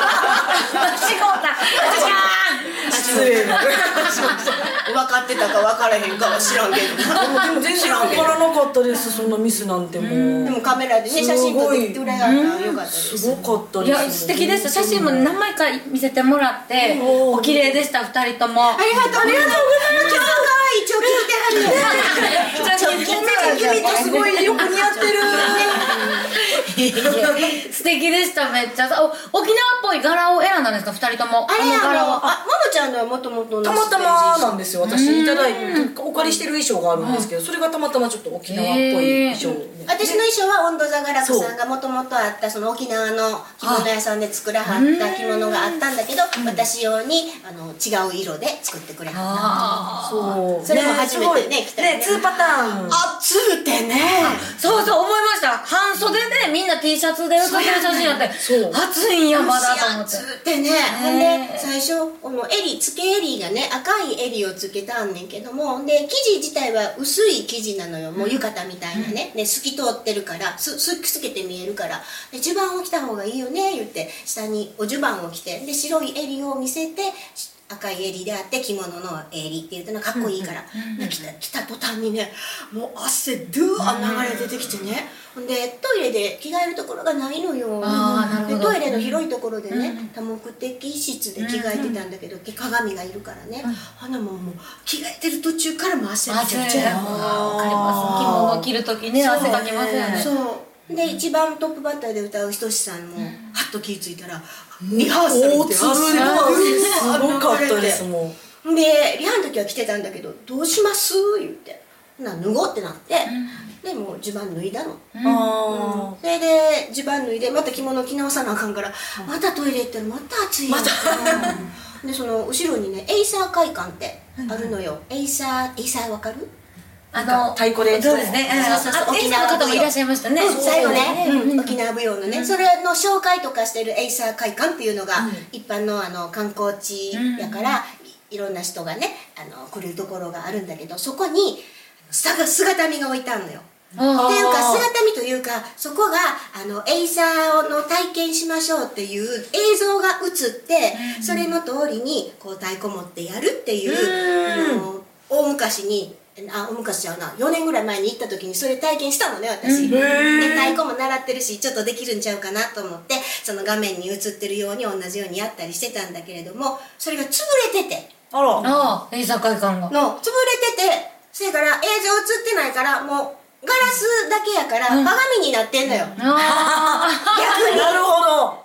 C: 仕事
A: 失礼な
B: 分かってたか分からへんかは知らんけど
A: でも全然わからなかったですそんなミスなんてもう
B: でもカメラでね写真撮ってくれたらよかったです
A: すごかった
C: い
A: です
C: や素敵でした写真も何枚か見せてもらって
A: うん
C: お綺麗でした二人とも
B: ありがとうありがとうございます今日は一応聞いてはるよ
C: 君
A: 君とすごいよく似合ってる
C: 素敵でしためっちゃお沖縄っぽい柄を選んだんですか二人とも
B: あれ
C: の柄
B: あの
C: を
B: あももちゃんのはもともと
A: たまたまなんですよ私いただいてお借りしてる衣装があるんですけどそれがたまたまちょっと沖縄っぽい衣装で
B: 私の衣装は温度座ガラクさんがもともとあったその沖縄の着物屋さんで作らはった着物があったんだけど私用にあの違う色で作ってくれはっ
A: そう
B: それも初めてね
A: ね
B: 着
A: す
B: た
A: ごい
B: よね
A: ね2パターン
B: た暑うてね
C: そうそう思いました半袖でみんな T シャツで写ってる写真やって
A: そう
C: 暑いんやまだと思って
B: つってねほんで最初この襟付け襟がね赤い襟を付けたんねんけどもで生地自体は薄い生地なのよもう浴衣みたいなね、で透き通ってるからすす透けて見えるからで襦袢を着た方がいいよね言って下にお襦袢を着てで白い襟を見せて赤い襟であって着物の襟っていうのはかっこいいから、で来た来た途端にねもう汗ドゥー流れ出てきてね、ほん、でトイレで着替えるところがないのよ
C: あーなるほど
B: でトイレの広いところでね、多目的室で着替えてたんだけど、鏡がいるからね、花ももう着替えてる途中からもう汗びちゃびちゃ
C: あーわかります着物着るときね
B: そう
C: 汗かきますよね
B: そうで一番トップバッターで歌うひとしさんもはっと気ぃ付いたらリハーサルで汗が
A: すごかったです
B: で
A: もん
B: リハの時は着てたんだけど「どうします?」言って「ほな脱ごう」ってなって、でもう襦袢脱いだの、
A: あ
B: それで襦袢脱いでまた着物着直さなあかんから、またトイレ行ったらまた暑いよ、うん でその後ろにねエイサー会館ってあるのよ、エイサーエイサーわかる
C: あ
A: あ
C: の
A: 太鼓で
C: そうですね
B: そうそうそう
C: あエイサーの方もいらっしゃいましたね
B: うん最後ね、うん沖縄舞踊のね、それの紹介とかしてるエイサー会館っていうのが、一般のあの観光地やから、いいろんな人がねあの来るところがあるんだけどそこにさが姿見が置いてあるのよ。
C: あ
B: っていうか姿見というかそこがあのエイサーの体験しましょうっていう映像が映って、それの通りにこう太鼓持ってやるっていう、あの大昔にあ大昔ちゃうな4年ぐらい前に行った時にそれ体験したのね私、で太鼓も習ってるしちょっとできるんちゃうかなと思ってその画面に映ってるように同じようにやったりしてたんだけれどもそれが潰れてて。
A: あら
C: ああエイサー会館が
B: の潰れててせやから映像映ってないからもうガラスだけやから鏡になってんのよ、うん、
C: あ
A: なるほど
B: あこ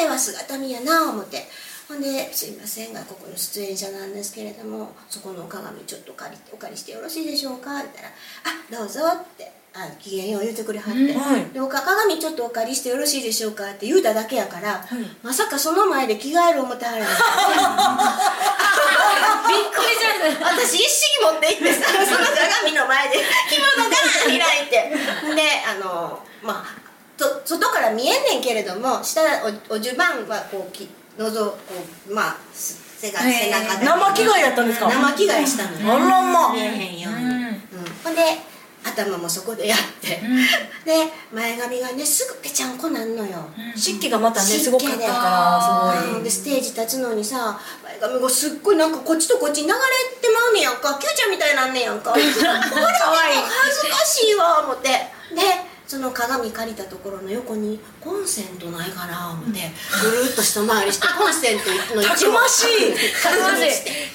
B: れは姿見やな思ってほんで「すいませんがここの出演者なんですけれどもそこのお鏡ちょっと借りてお借りしてよろしいでしょうか?」言ったら「あどうぞ」って。あ機嫌を言うてくれはって、
A: はい
B: でおか鏡ちょっとお借りしてよろしいでしょうかって言うただけやから、まさかその前で着替える思ってはらへん
C: あびっくりしました
B: 私一式持って行ってさ その鏡の前で着物が開いてであのまあと外から見えんねんけれども下おお襦袢はこうきのぞこうまあす背が背中で
A: 生着替えやったんですか
B: 生着替えした
A: あ
B: の
A: らま
B: 見えへんように、うんほんで頭もそこでやって、で前髪がねすぐぺちゃんこなんのよ、
A: 湿気がまたねすごかったか
B: 湿
A: ら
B: 気
A: す
B: で
A: ごい
B: でステージ立つのにさ前髪がすっごいなんかこっちとこっちに流れてまうねやんかキューちゃんみたいなんねや んかこれでも恥ずかしいわ思ってでその鏡借りたところの横にコンセントないかな思ってぐるっと一回 りしてコンセントの
A: たく
B: 一部
A: ましい
B: 確
C: かに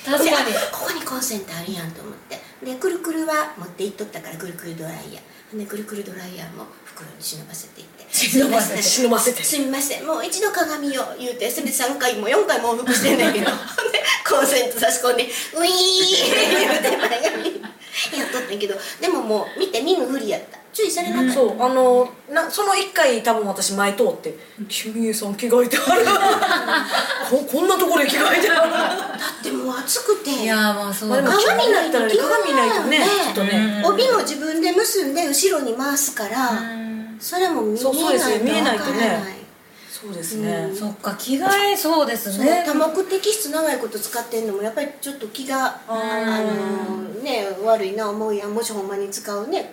C: 確かに
B: ここにコンセントあるやんと思ってでくるくるは持って行っとったからくるくるドライヤーほんでくるくるドライヤーも袋に忍ばせていって
A: 忍ばせて忍ばせて
B: すみませんもう一度鏡を言うてそれで3回も4回も往復してんだけ どほんでコンセント差し込んでウィーン言うて前髪やっとったんけどでももう見て見ぬふりやった注意されなかった、
A: そうあのなその1回多分私前通って「キミエさん着替えてあ るこ」こんなところで着替えてある
B: だってもう暑くて
C: いやーまあそう
A: まあでも鏡ないったらね鏡ないとねちょっとね
B: 帯も自分で結んで後ろに回すからそれも見えないと
A: そうそうですね見えない
B: わ
A: と
B: か
A: ね
B: らない
A: そうですね
C: そっか着替えそうです
B: そう
C: ね
B: 多目的室長いこと使ってんのもやっぱりちょっと気があのね悪いな思うやんもしほんまに使うね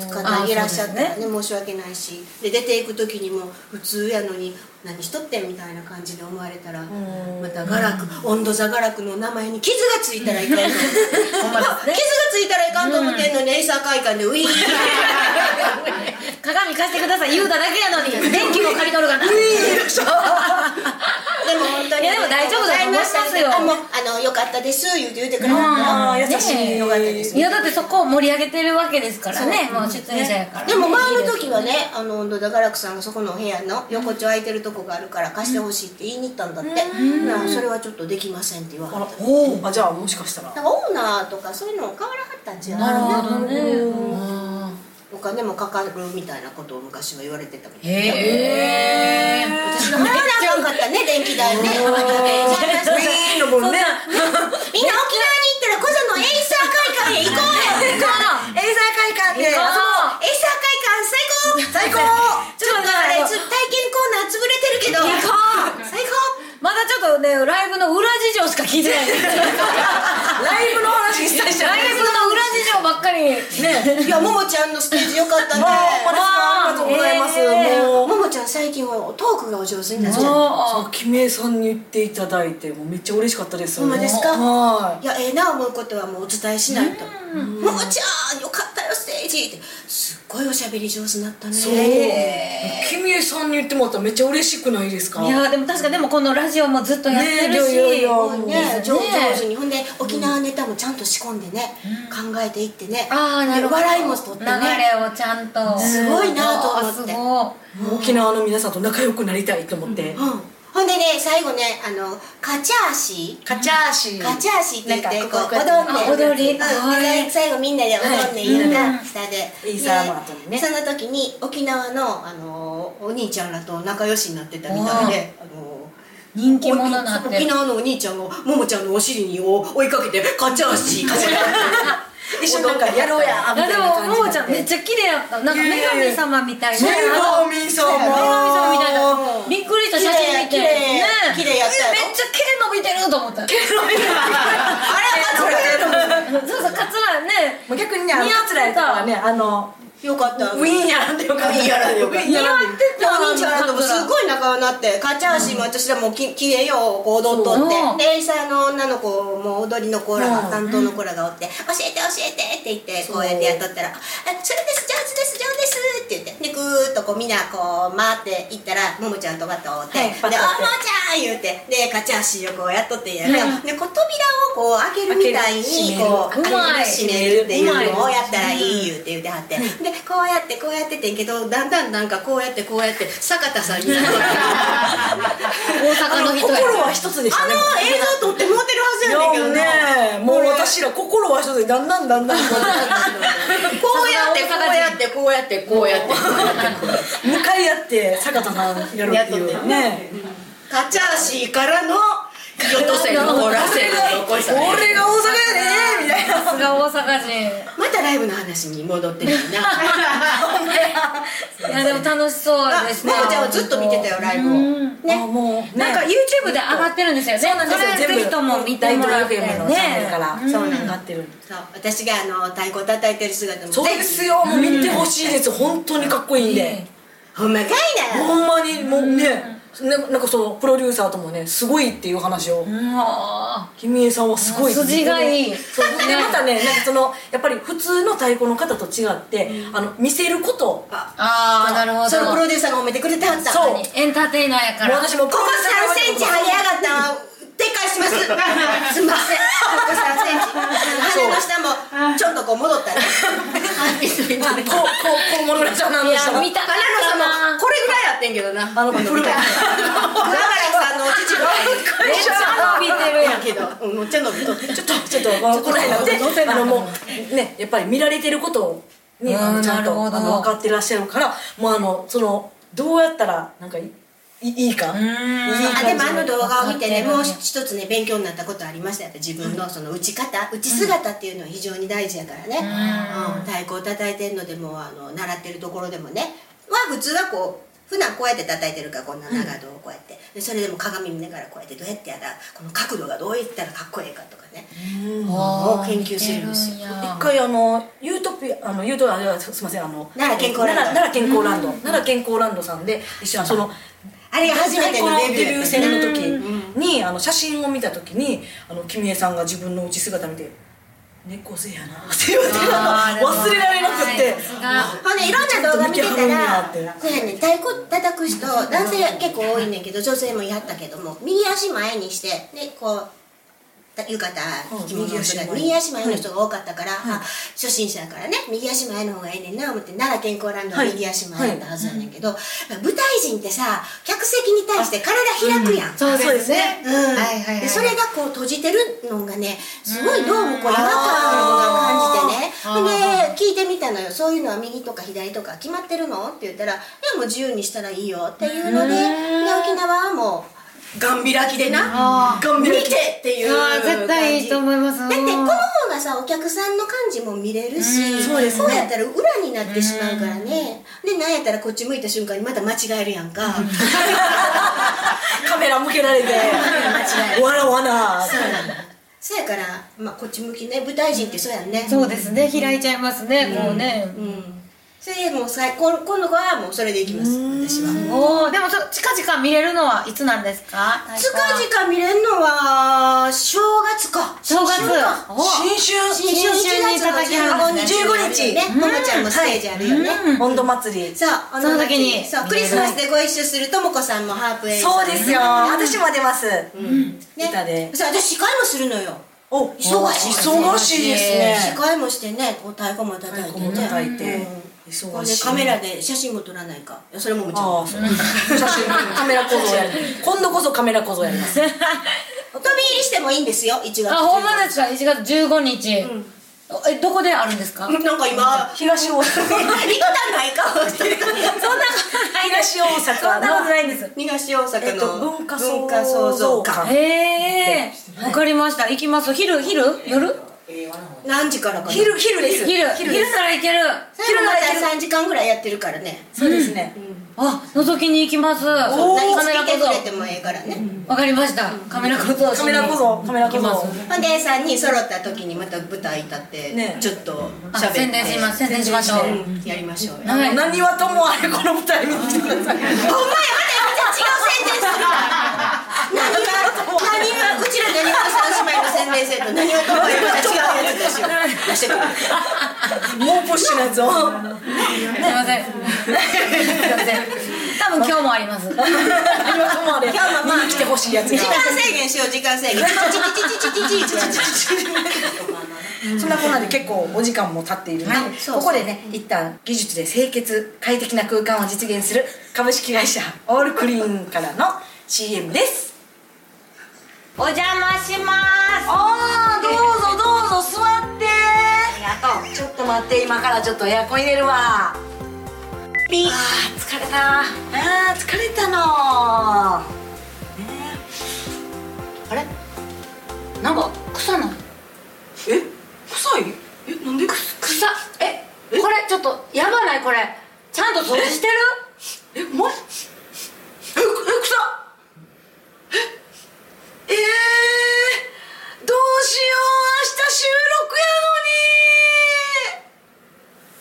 B: 使っていらっしゃったらね申し訳ないしで出ていく時にも普通やのに何しとってんみたいな感じで思われたらまたガラク温度座ガラクの名前に傷がついたら いかん傷がついたらいかんと思ってんのにエイサー会館で ウィーン
C: 鏡貸してください言うただけやのに電気も借りとるからな
B: でも本当に
C: いやでも大丈夫だと思いますよ
B: あもうあのよかったです言うて言うてくれはった
A: ああ優し
C: ね
A: い
C: え
A: よかったです
C: いやだってそこを盛り上げてるわけですからねもう出演者やから
B: でも前の時はねあの温度だガラクさんがそこのお部屋の横丁空いてるとこがあるから貸してほしいって言いに行ったんだって、なあそれはちょっとできませんって言われ
A: あ
B: た
A: らおーあじゃあもしか したら
B: なんかオーナーとかそういうのも変わらはったんじゃない
C: なるほどね
B: お金もかかるみたいなことを昔は言われてたけど
C: へえ
B: 私が払わなあかんかったね電気代ねみんな沖縄に行っ
A: いいのもんね
B: たらこそのエイサー会館へ行こうよ エイサー会館で
C: 行こう
B: そうエイサー会館最高最高ちょっとあれつ体験コーナー潰れてるけど最高
C: まだちょっとねライブの裏事情しか聞いてないライブの話一切してないライブの裏事情ばっかりにね
B: いやももちゃんのステージよかったね
A: これありがとうございます、もう
B: ももちゃん最近はトークがお上手になっちゃう
A: さっきめいさんに言っていただいてもうめっちゃ嬉しかったです
B: ほんまですか
A: はい
B: やええな思うことはもうお伝えしないと「ももちゃんよかったよステージ」ってすっごいおしゃべり上手になったね
A: い、そうきみえさんに言ってもらったらめっちゃ嬉しくないですか
C: いやでも確かでもこのラジオもずっとやってる
A: ねい
C: し、
A: やいやいや
B: ね、上上
C: ね
B: 手にほんで沖縄ネタもちゃんと仕込んでね、考えていってね
C: ああなるほど
B: で笑いも取ってね
C: 流れをちゃんと
B: すごいなと思って
C: あすごい
A: 沖縄の皆さんと仲良くなりたいと思って、
B: うん、ほんでね最後ねあのカチャーシー
A: カチャーシー
B: カチャーシーって言って
A: なん
B: こ
A: か
B: う
A: こうこうやって
B: 踊んで
C: あ踊り
B: うん
C: はい
B: でね最後みんなで踊んでいいのが下で
A: うんいい
B: で
A: サーモン後にね
B: その時に沖縄のあのお兄ちゃんらと仲良しになってたみたいであの
C: 人気者になって
B: 沖縄のお兄ちゃんがももちゃんのお尻にを追いかけてカチャーシーカチャーシー
A: 一緒になんかやろうやみた
C: あ
A: い
C: で
A: な感じ
C: ももも
A: に
C: ち
A: な
C: ゃ
A: って
C: んめっちゃ綺麗やったなんか
A: いやいやいや
C: 女神様みたいな
A: 女
C: あの
A: 神様
C: 女神様みたいなびっくりした写真見て
B: 綺麗綺麗綺麗やったよ
C: めっちゃ毛伸びてると思ったそうそうカツラね
A: もう逆にねあの
C: 似合ってた
A: 桂やったからねあの
B: よかった
A: ウィーンやらんでよかった
B: ウィーンやらんでよか
A: ウィ
B: った
A: ーンやらんで
C: 似
B: お兄
C: 合ってた
B: ちゃんともすごい仲良くなってカチャーシーも私らもききれいよこう踊っとって
C: そう
B: でさの女の子も踊りの子らが担当の子らがおって「教えて教えて」って言ってこうやってやっとったら「あそれです上手です上手です」って言ってでぐーっとこうみんなこう回っていったらももちゃんとバッとおって「
A: はい
B: でお
A: バ
B: も
A: ッと
B: ち
A: 追って
B: ゃん!」言うてでカチャーシーをこうやっとってんやけどでこう扉をこう開けるみたいにこう
C: 開ける閉めるう
B: 開ける閉めるって
C: まい
B: いうのをやったらいい言うて言うてはってでこうやってこうやっててんけどだんだんなんかこうやってこうやって坂田さ んになって
C: 大阪の人や
A: 心は一つでし
B: あ
A: たね
B: の映像撮ってもうてるはずやねんけど
A: い
B: な
A: やもうねもう私ら心は一つでだんだんだんだんこ
B: こうやってこうやってこうやってこうやって
A: う向かい合って坂田さんやるって
B: やっ
A: い
B: とっ
A: うね
B: カチャーシーからのヨトセのラセの残した
A: 俺が大阪やでみたいな
C: さすが大阪人
B: またライブの話に戻ってるよな
C: いやでも楽しそうですね
B: あももちゃんはずっと見てたよライブを
C: うん
A: あもうね
C: なんか YouTube で上がってるんですよねそうなん
A: ですよ
C: ぜひとも見てもらって
A: 大東 FM のチャンネルから、
C: ね
A: そうなんなってる
B: そう私があの太鼓叩いてる姿も
A: そうですよもう見てほしいです、本当にかっこいいんで、
B: ほんまかいな
A: ほんまにもうね、ななんかそのプロデューサーともねすごいっていう話を、
C: うんも
A: 君江さんはすごい
C: 筋がいい
A: そうでまたねなんかそのやっぱり普通の太鼓の方と違って、あの見せること
C: うああなるほど
B: そのプロデューサーが褒めてくれてはった
A: そう
B: ここ
C: エンターテイナーやから
A: 私もこ
B: 3センチ生え上がったの撤回 しますすみませんここ3センチ鼻の下もちょっとこう戻 ったね
A: こうこうこうものらちゃんなんでした
C: いや見た
B: 鼻の下もこれぐらいやってんけどな
A: あの子の 見た
B: 長良さんのお乳ぐらい
C: め っちゃ伸びてるやん
B: やけどうんめっちゃ伸びとって
A: ちょっとちょっとこの答えなのであのもうねやっぱり見られてることをね
C: うん
A: あのちゃん
C: なる
A: と
C: ほど
A: あの分かってらっしゃるからもうあのそのどうやったらなんかいいいいかいい
B: あでもあの動画を見てね
C: わ
B: もう
C: かってる
B: 一つね勉強になったことありましたやっぱ自分のその打ち方打ち姿っていうのは非常に大事やからね、うん太鼓を叩いてるのでもあの習ってるところでもねは普通はこう普段こうやって叩いてるからこんな長い動をこうやって、でそれでも鏡見ながらこうやってどうやってやったらこの角度がどういったらかっこいいかとかねを研究するんですよ
C: 似てるんや
A: 一回あのユートピアあのユートあいやすすみませんあの
B: 奈良健康ランド
A: 奈良奈良健康ランド奈良健康ランドさんで一緒にその
B: あれが初めてのデビュー
A: デビュー戦の時にあの写真を見た時にあの君江さんが自分のうち姿見て猫背やなって言われて
C: あーでも
A: 忘れられなくって
C: さすが
B: ほんでいろんな動画見てたら
A: ちょっと見てはるんやって
B: そうやね太鼓叩く人男性結構多いねんけど女性もやったけども右足前にしてでこうた浴衣着物の人が
A: うん
B: 右足前の人が多かったから、あ初心者やからね右足前の方がいいねんな思って奈良健康ランドの
A: はい
B: 右足前やったはずやねんけど、舞台人ってさ客席に対して体開くやん、
C: そうですね
B: うん
C: はいはいはい
B: でそれがこう閉じてるのがねすごいどうもこう違和感を感じてねほんで聞いてみたのよそういうのは右とか左とか決まってるのって言ったら「いやもう自由にしたらいいよ」っていうのでで沖縄はもうガン開きでなガン開き見てっていう
C: あー絶対いいと思います
B: だってこの方がさお客さんの感じも見れるしそうやったら裏になってしまうからねでなんやったらこっち向いた瞬間にまた間違えるやんか。
A: カメラ向けられてわらわな
B: そうなの そやから、まあ、こっち向きね舞台人ってそうやんね
D: そうですね開いちゃいますね、もうね
B: うんそれでもう最今今度はもうそれでいきます私は
D: おおでもそ近々見れるのはいつなんですか
B: 近々見れるのは正月か
D: 正月お
A: 新春
B: 新春
D: 新春に叩き
B: 1
D: 上
A: げる
B: 15日ねももちゃんもステージあるよね
A: 温度祭り
B: さああ
D: その時に
B: そうクリスマスでご一緒するともこさんもハープ演奏
A: そうですよ私も出ます
B: ね
A: 歌で
B: そう私司会もするのよ
A: お
B: 忙しい
A: 忙しいです
B: 司
A: ね
B: 会もしてねこう太鼓も叩いて
A: こう叩いて
B: こ
A: 忙
B: れ
A: し
B: で
A: い
B: カメラで写真も撮らないかいやそれももちろん
A: ああそう写真カメラ構造やる今度こそカメラ構造やります
B: お飛び入りしてもいいんですよ1月
D: あほんまですか1月15日、おえどこであるんです か
B: なんか今
A: 東大
B: 行
A: 阪
B: ったないか
A: 東大
D: そんなこ
A: 阪
D: と
A: の
D: ないんです
B: 東大阪の、
A: えっと文化創
B: 文化創造館
A: 館
D: へえわかりました行きます昼昼夜
B: 何時からかな
A: 昼昼です
D: 昼
A: 昼
D: 昼
A: です
D: なら行ける
B: 昼また3時間ぐらいやってるからね
A: そうですね
D: あ覗きに行きます
B: 何
D: カメラ
B: つけてくれ
D: 小
B: てもええからね、
D: 僧わかりましたカメラ小僧
A: カメラ構造カメラ構造
B: ほんで3人揃った時にまた舞台立って、
A: ね
B: ちょっと
D: あ
B: 喋って
D: 宣伝します宣伝しましょう
B: うんやりましょうよ、
D: は
A: あ
D: い
A: の何はともあれこの舞台見に来てください
B: お前またまた違う宣伝するから何はうちら何は三姉妹の宣伝生と何はともよまた違うやつですよ出してくる
A: もうプッシュなやつを
D: すいませんすいません多分今日もあります
A: 何はともあれ
B: 今日もまあ
A: 見に来てほしいやつ
B: 時
A: が
B: 間制限しよう時間制限チチチチチチチチチチチ
A: そんなこんなで結構お時間も経っているので、
B: はいそう
A: ここでね一旦技術で清潔快適な空間を実現する株式会社オールクリーンからの CM です
C: お邪魔します
F: ああどうぞどうぞ座ってありがとうちょっと待って今からちょっとエアコン入れるわピあー疲れたあー疲れたのね
B: あれ
C: なんか臭ない
F: え臭いえなんで
C: 臭っえこれちょっとやばないこれちゃんと掃除してる
F: えまええ臭ええー、どうしよう明日収録やのに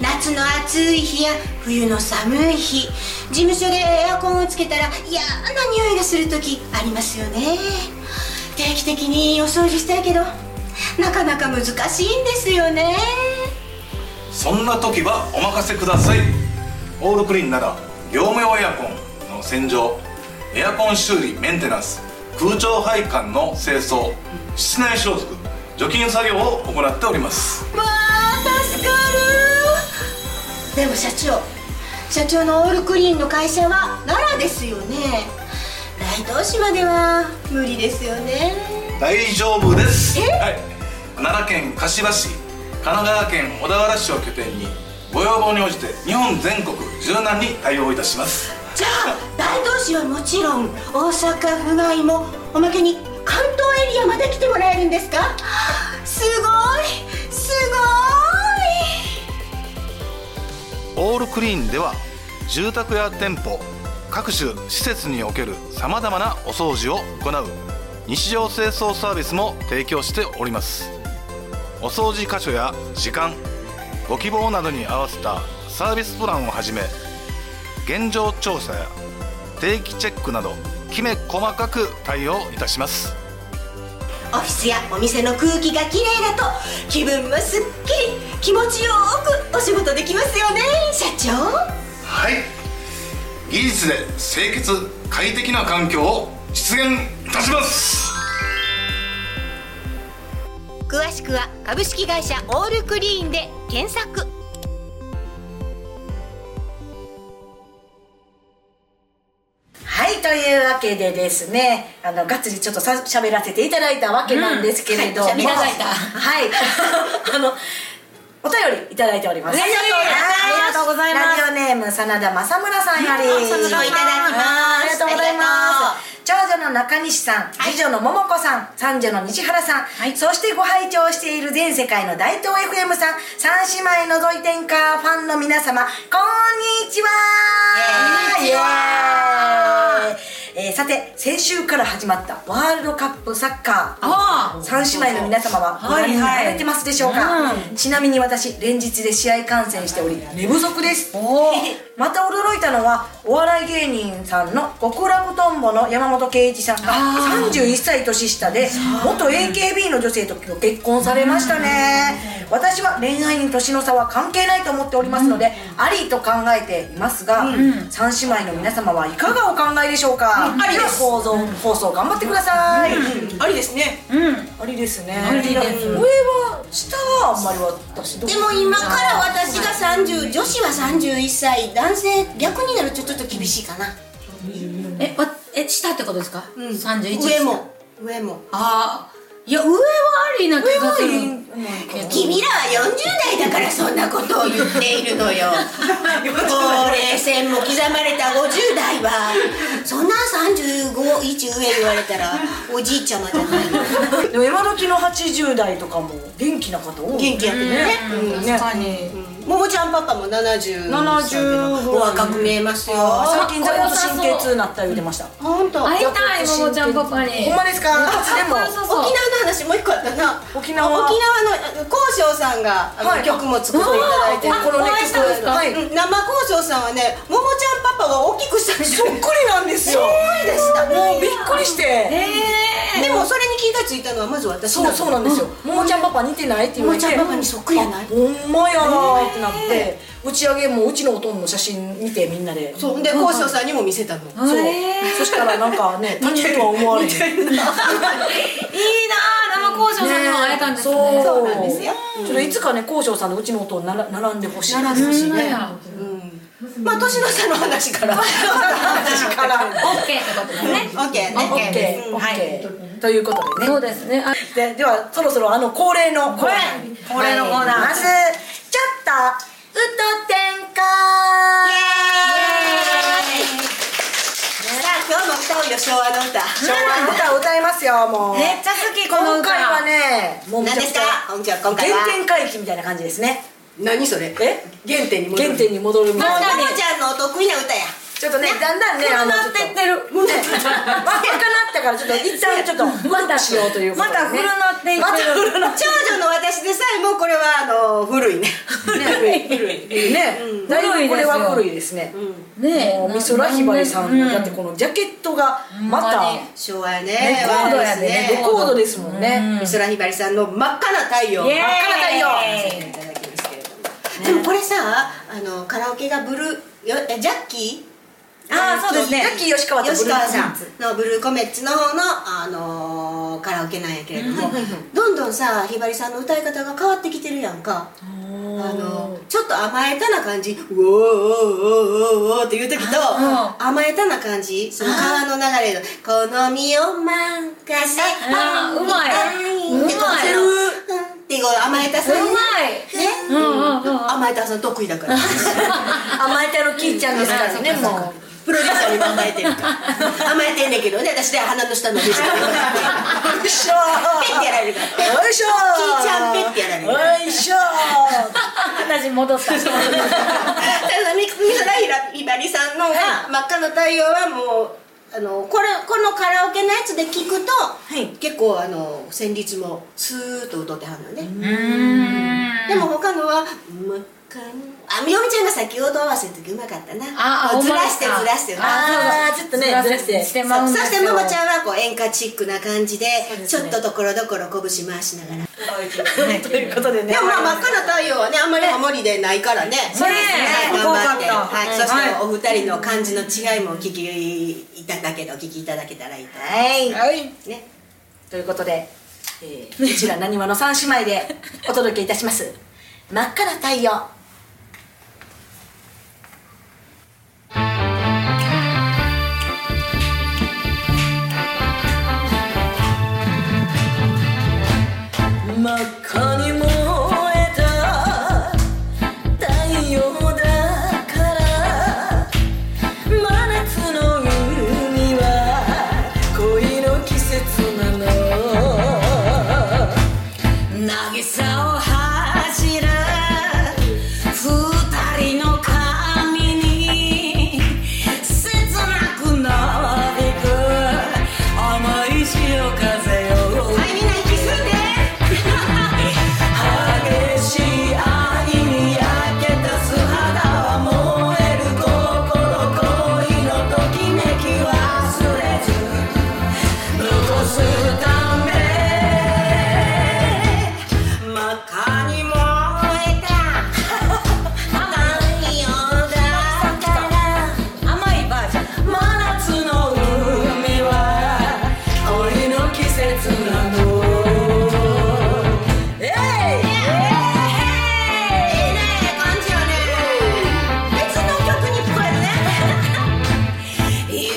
B: 夏の暑い日や冬の寒い日事務所でエアコンをつけたら嫌な匂いがする時ありますよね定期的にお掃除したいけどなかなか難しいんですよね
G: そんな時はお任せくださいオールクリーンなら業務用エアコンの洗浄エアコン修理メンテナンス空調配管の清掃室内消毒除菌作業を行っております
B: わあ助かるでも社長社長のオールクリーンの会社は奈良ですよね大東市までは無理ですよね
G: 大丈夫です、はい、奈良県柏市神奈川県小田原市を拠点にご要望に応じて日本全国柔軟に対応いたします
B: じゃあ大東市はもちろん大阪府外もおまけに関東エリアまで来てもらえるんですかすごいすご
G: オールクリーンでは住宅や店舗各種施設におけるさまざまなお掃除を行う日常清掃サービスも提供しておりますお掃除箇所や時間ご希望などに合わせたサービスプランをはじめ現状調査や定期チェックなどきめ細かく対応いたします
B: いオフィスやお店の空気がきれいだと気分もすっきり気持ちよくお仕事できますよね社長
G: はい技術で清潔快適な環境を実現いたします
B: 詳しくは株式会社オールクリーンで検索
A: はいというわけでですねあのがっつりちょっとさしゃべらせていただいたわけなんですけれども、
B: うんはいおしゃべりいただいた
A: はい あのお便りいただいております
D: ありがとうございます
A: は
D: あり
A: ラジオネーム真田正村さんより、
B: うん真田さんいただきます
A: ありがとうござい
B: あ
A: ます長女の中西さん、次女の桃子さん三女の西原さん、そしてご拝聴している全世界の大東 FM さん三姉妹のぞいてんかファンの皆様こんにちは
B: イエーイ
A: イエーイえーさて先週から始まったワールドカップサッカー
C: あ
A: 三姉妹の皆様はご覧になられてますでしょうか、ちなみに私連日で試合観戦しており寝不足ですまた驚いたのはお笑い芸人さんの極楽とんぼの山本圭一さんが31歳年下で元 AKB の女性と結婚されましたね私は恋愛に年の差は関係ないと思っておりますので、ありと考えていますが、三姉妹の皆様はいかがお考えでしょうか、ありです放送放送頑張ってください、
B: ありですね
A: ありですね。ありです。上は下はあんまり私どう
H: でも今から私が30女子は31歳男性逆になるとちょっと厳しいかな
C: えわえ下ってことですか、うん、31
H: 上も上も
C: ああいや上はありな気がする
H: 君らは40代だからそんなことを言っているのよ高齢線も刻まれた50代はそんな35一上言われたらおじいちゃまじゃないの
A: でも今時の80代とかも元気な方多い。
B: 元気やってるね
A: ね。
B: ももちゃんパパも70
A: 七十
B: お若く見えますよ
A: 最近座骨神経痛になった言うてました。
B: 本当
C: 会いたいももちゃんパパに
A: ほんまですか。いつでも
C: そうそう
B: 沖縄
C: そ
B: の話
C: う
B: もう一個あったな
A: 沖縄
B: 沖縄のあ高翔さんがあの、
A: はい
B: 曲も作っていただいてる
A: このね曲はい。
B: うん生高翔さんはねももちゃんパパが大きくしたんですよ
A: そっくりなんですよ。
B: でした
A: もうびっくりして。
B: でもそれに気がついたのはまず私
A: そうそうなんですよ。ももちゃんパパ似てないって言われて。
H: ももちゃんパパにそっくりやない
A: あほんまやなーってなって打ち上げもうちのおとんの写真見てみんなで。
B: そうで高翔さんにも見せたの
A: そう。そしたらなんかね、他人とは思われへん。
C: いいなあ生交渉さんにも会えたんですね
A: そう
B: そうなんですよ
A: ちょっといつかね、交渉さんのうちの音をなら並んでほしい。並んでほ
C: ほんまや
B: まあ年の差の話から
A: 私から。
C: オッケーってことだね
B: OK ね
A: オッケー、オッケー。ということでね。
C: そうですねあ
A: で、では、そろそろあの恒例のコーナー。
C: 恒例のコーナー
A: まず、ちょっと、うと展開。
B: さあ今日も歌うよ昭和の歌
A: 昭和の歌を歌いますよ、もう。
C: めっちゃ好きこの
A: 今
C: 歌
A: 回はね、もうめ
B: 何
A: ちゃく
B: です
A: ち
B: か
A: ゃ。
B: 本日は今回
A: 原
B: は
A: 点回帰みたいな感じですね。
B: 何それ
A: え
B: 原点に戻る
A: 原点に戻るみたいな。
B: ももちゃんのお得意な歌 や
A: ちょっとね、だんだんね、あの、ちょっと、
C: てる
A: ね、若くなったから、ちょっと一旦ちょっと、またしようということ
C: ま
A: で、ね。
C: た古なっていってる
A: また古なっ
B: 長女の私でさえもうこれはあの古い ね
A: てね、だいぶこれは古いですね。
C: ね
A: もう美空ひばりさんの、だってこのジャケットが、また、
C: うん
B: 昭和や
A: レ
B: ね
A: コードやでね、レコードですもんね。
B: 美空ひばりさんの「真っ赤な太陽」
C: イエーイ
B: いただきますけれどもでもこれさあのカラオケがブルーよえジャッキー
C: あーそうですね
A: ジャッキー吉川とブルー
B: 吉川さんのブルーコメッツの方の、あのーカラオケなんやけれどもどんどんさひばりさんの歌い方が変わってきてるやんかあのちょっと甘えたな感じ「うおーおーおーおーおー」っていう時と甘えたな感じその川の流れの「この身を任せ」
C: あーうまい
B: うん
C: うまい
B: でこうセルうんっていう甘えたさんね
C: うま
B: ね
C: うんうんうん
B: 甘えたさん得意だから
A: 甘えたのきいちゃんです からね、もう。
B: プロデューサーにも甘えてるから甘えてんねんけどね私で鼻の下の水が
A: よいしょ
B: ペッてやられるから
A: ーよいしょー
B: きいちゃんペッてやられる
A: よいしょー
C: 私 戻った
B: ただ美空ひばりさんのが「真っ赤な太陽」はもうあのこれこのカラオケのやつで聞くと、
A: い
B: 結構あの旋律もスーッと歌ってはんのねでも他のは「真っ赤な」あみよみちゃんが先ほど合わせる時うまかったな
C: あ
B: こ
C: あ
B: うずらしてずらしてずらして
A: あー、ちょっとね、ずらして。
C: してま
B: そううんそ
C: ですよ
B: してももちゃんはこう演歌チックな感じでちょっとところどころ拳回しながら
A: ということでね。
B: でもまあ真っ赤な太陽はねあんまりハモリでないからねそうですね頑張って
C: すごかった
B: はい、そしてお二人の感じの違いもお聞きいただけどお聞きいただけたらいいと思い
A: はい。
B: ますね
A: ということで、えー、こちらなにわの三姉妹で お届けいたします「真っ赤な太陽」真っ赤に燃えた太陽だから真夏の海は恋の季節なの渚を走る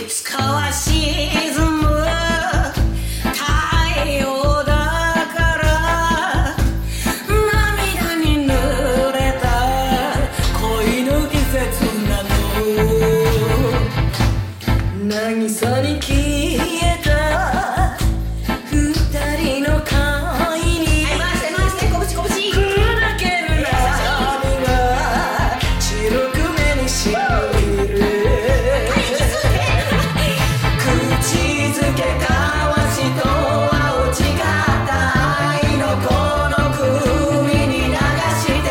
I: つかは沈む太陽だから涙に濡れた恋の季節なの渚に消えた二人の会に砕ける波が白く目にしみる口づけかわしとは落ちがたいのこの首に流して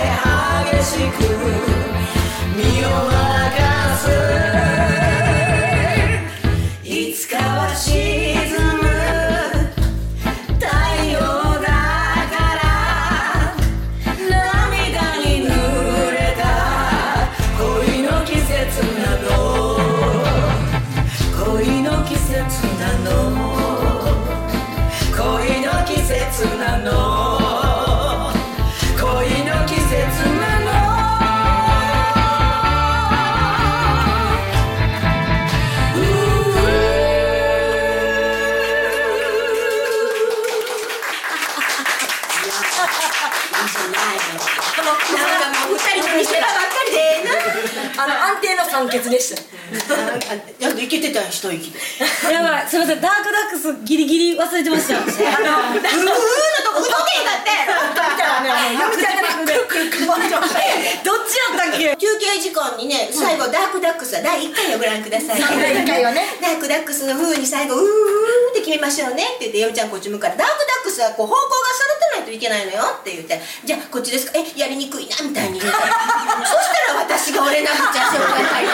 I: 激しく身を任すいつかは沈む太陽だから涙に濡れた恋の季節なの恋の季節なの恋の季節なの恋の季節なの
B: もう二人と見せたばっかりでな
A: あの安定の酸欠でした
B: やっといけてた一息で
C: やばいすいませんダークダックスギリギリ忘れて ましたあの
B: うーのとこうどけんだって
C: どっちやったっけ
B: 休憩時間にね最後ダークダックスは第1回をご覧ください第1回はねダークダックスの風に最後うーうーって決めましょうねって言ってよみちゃんこっち向くからダークダックスはこう方向が定めないといけないのよって言ってじゃあこっちですかえやりにくいなみたいに言うからそしたら私が俺なくちゃせおかないか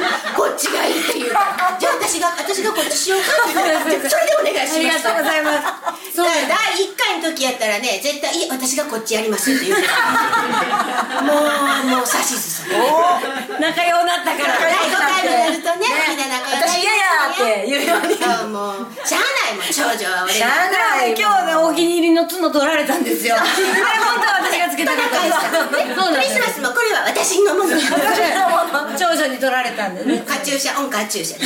B: らこっちがいいって言うからじゃあ私が私がこっちしようかって言ってそれでお願 いしました
C: ありがとうござい ます
B: だから第1回の時やったらね絶対「いえ私がこっちやります」って言う からもうもう指図さん
C: 仲良うなったから
B: 第5回になるとねみんな仲良く
A: 私嫌やって言うように
B: そうもうしゃあないもん少女は俺
A: しゃあない
C: 今日ねお気に入りの角取られた んですよこれ本当は私がつけたかったんです
B: ね
C: そうなん
B: ク
C: で
B: リ
C: す
B: スマスもこれは私のもの
C: 長女に取られたん でね
B: カチューシャオンカチューシャ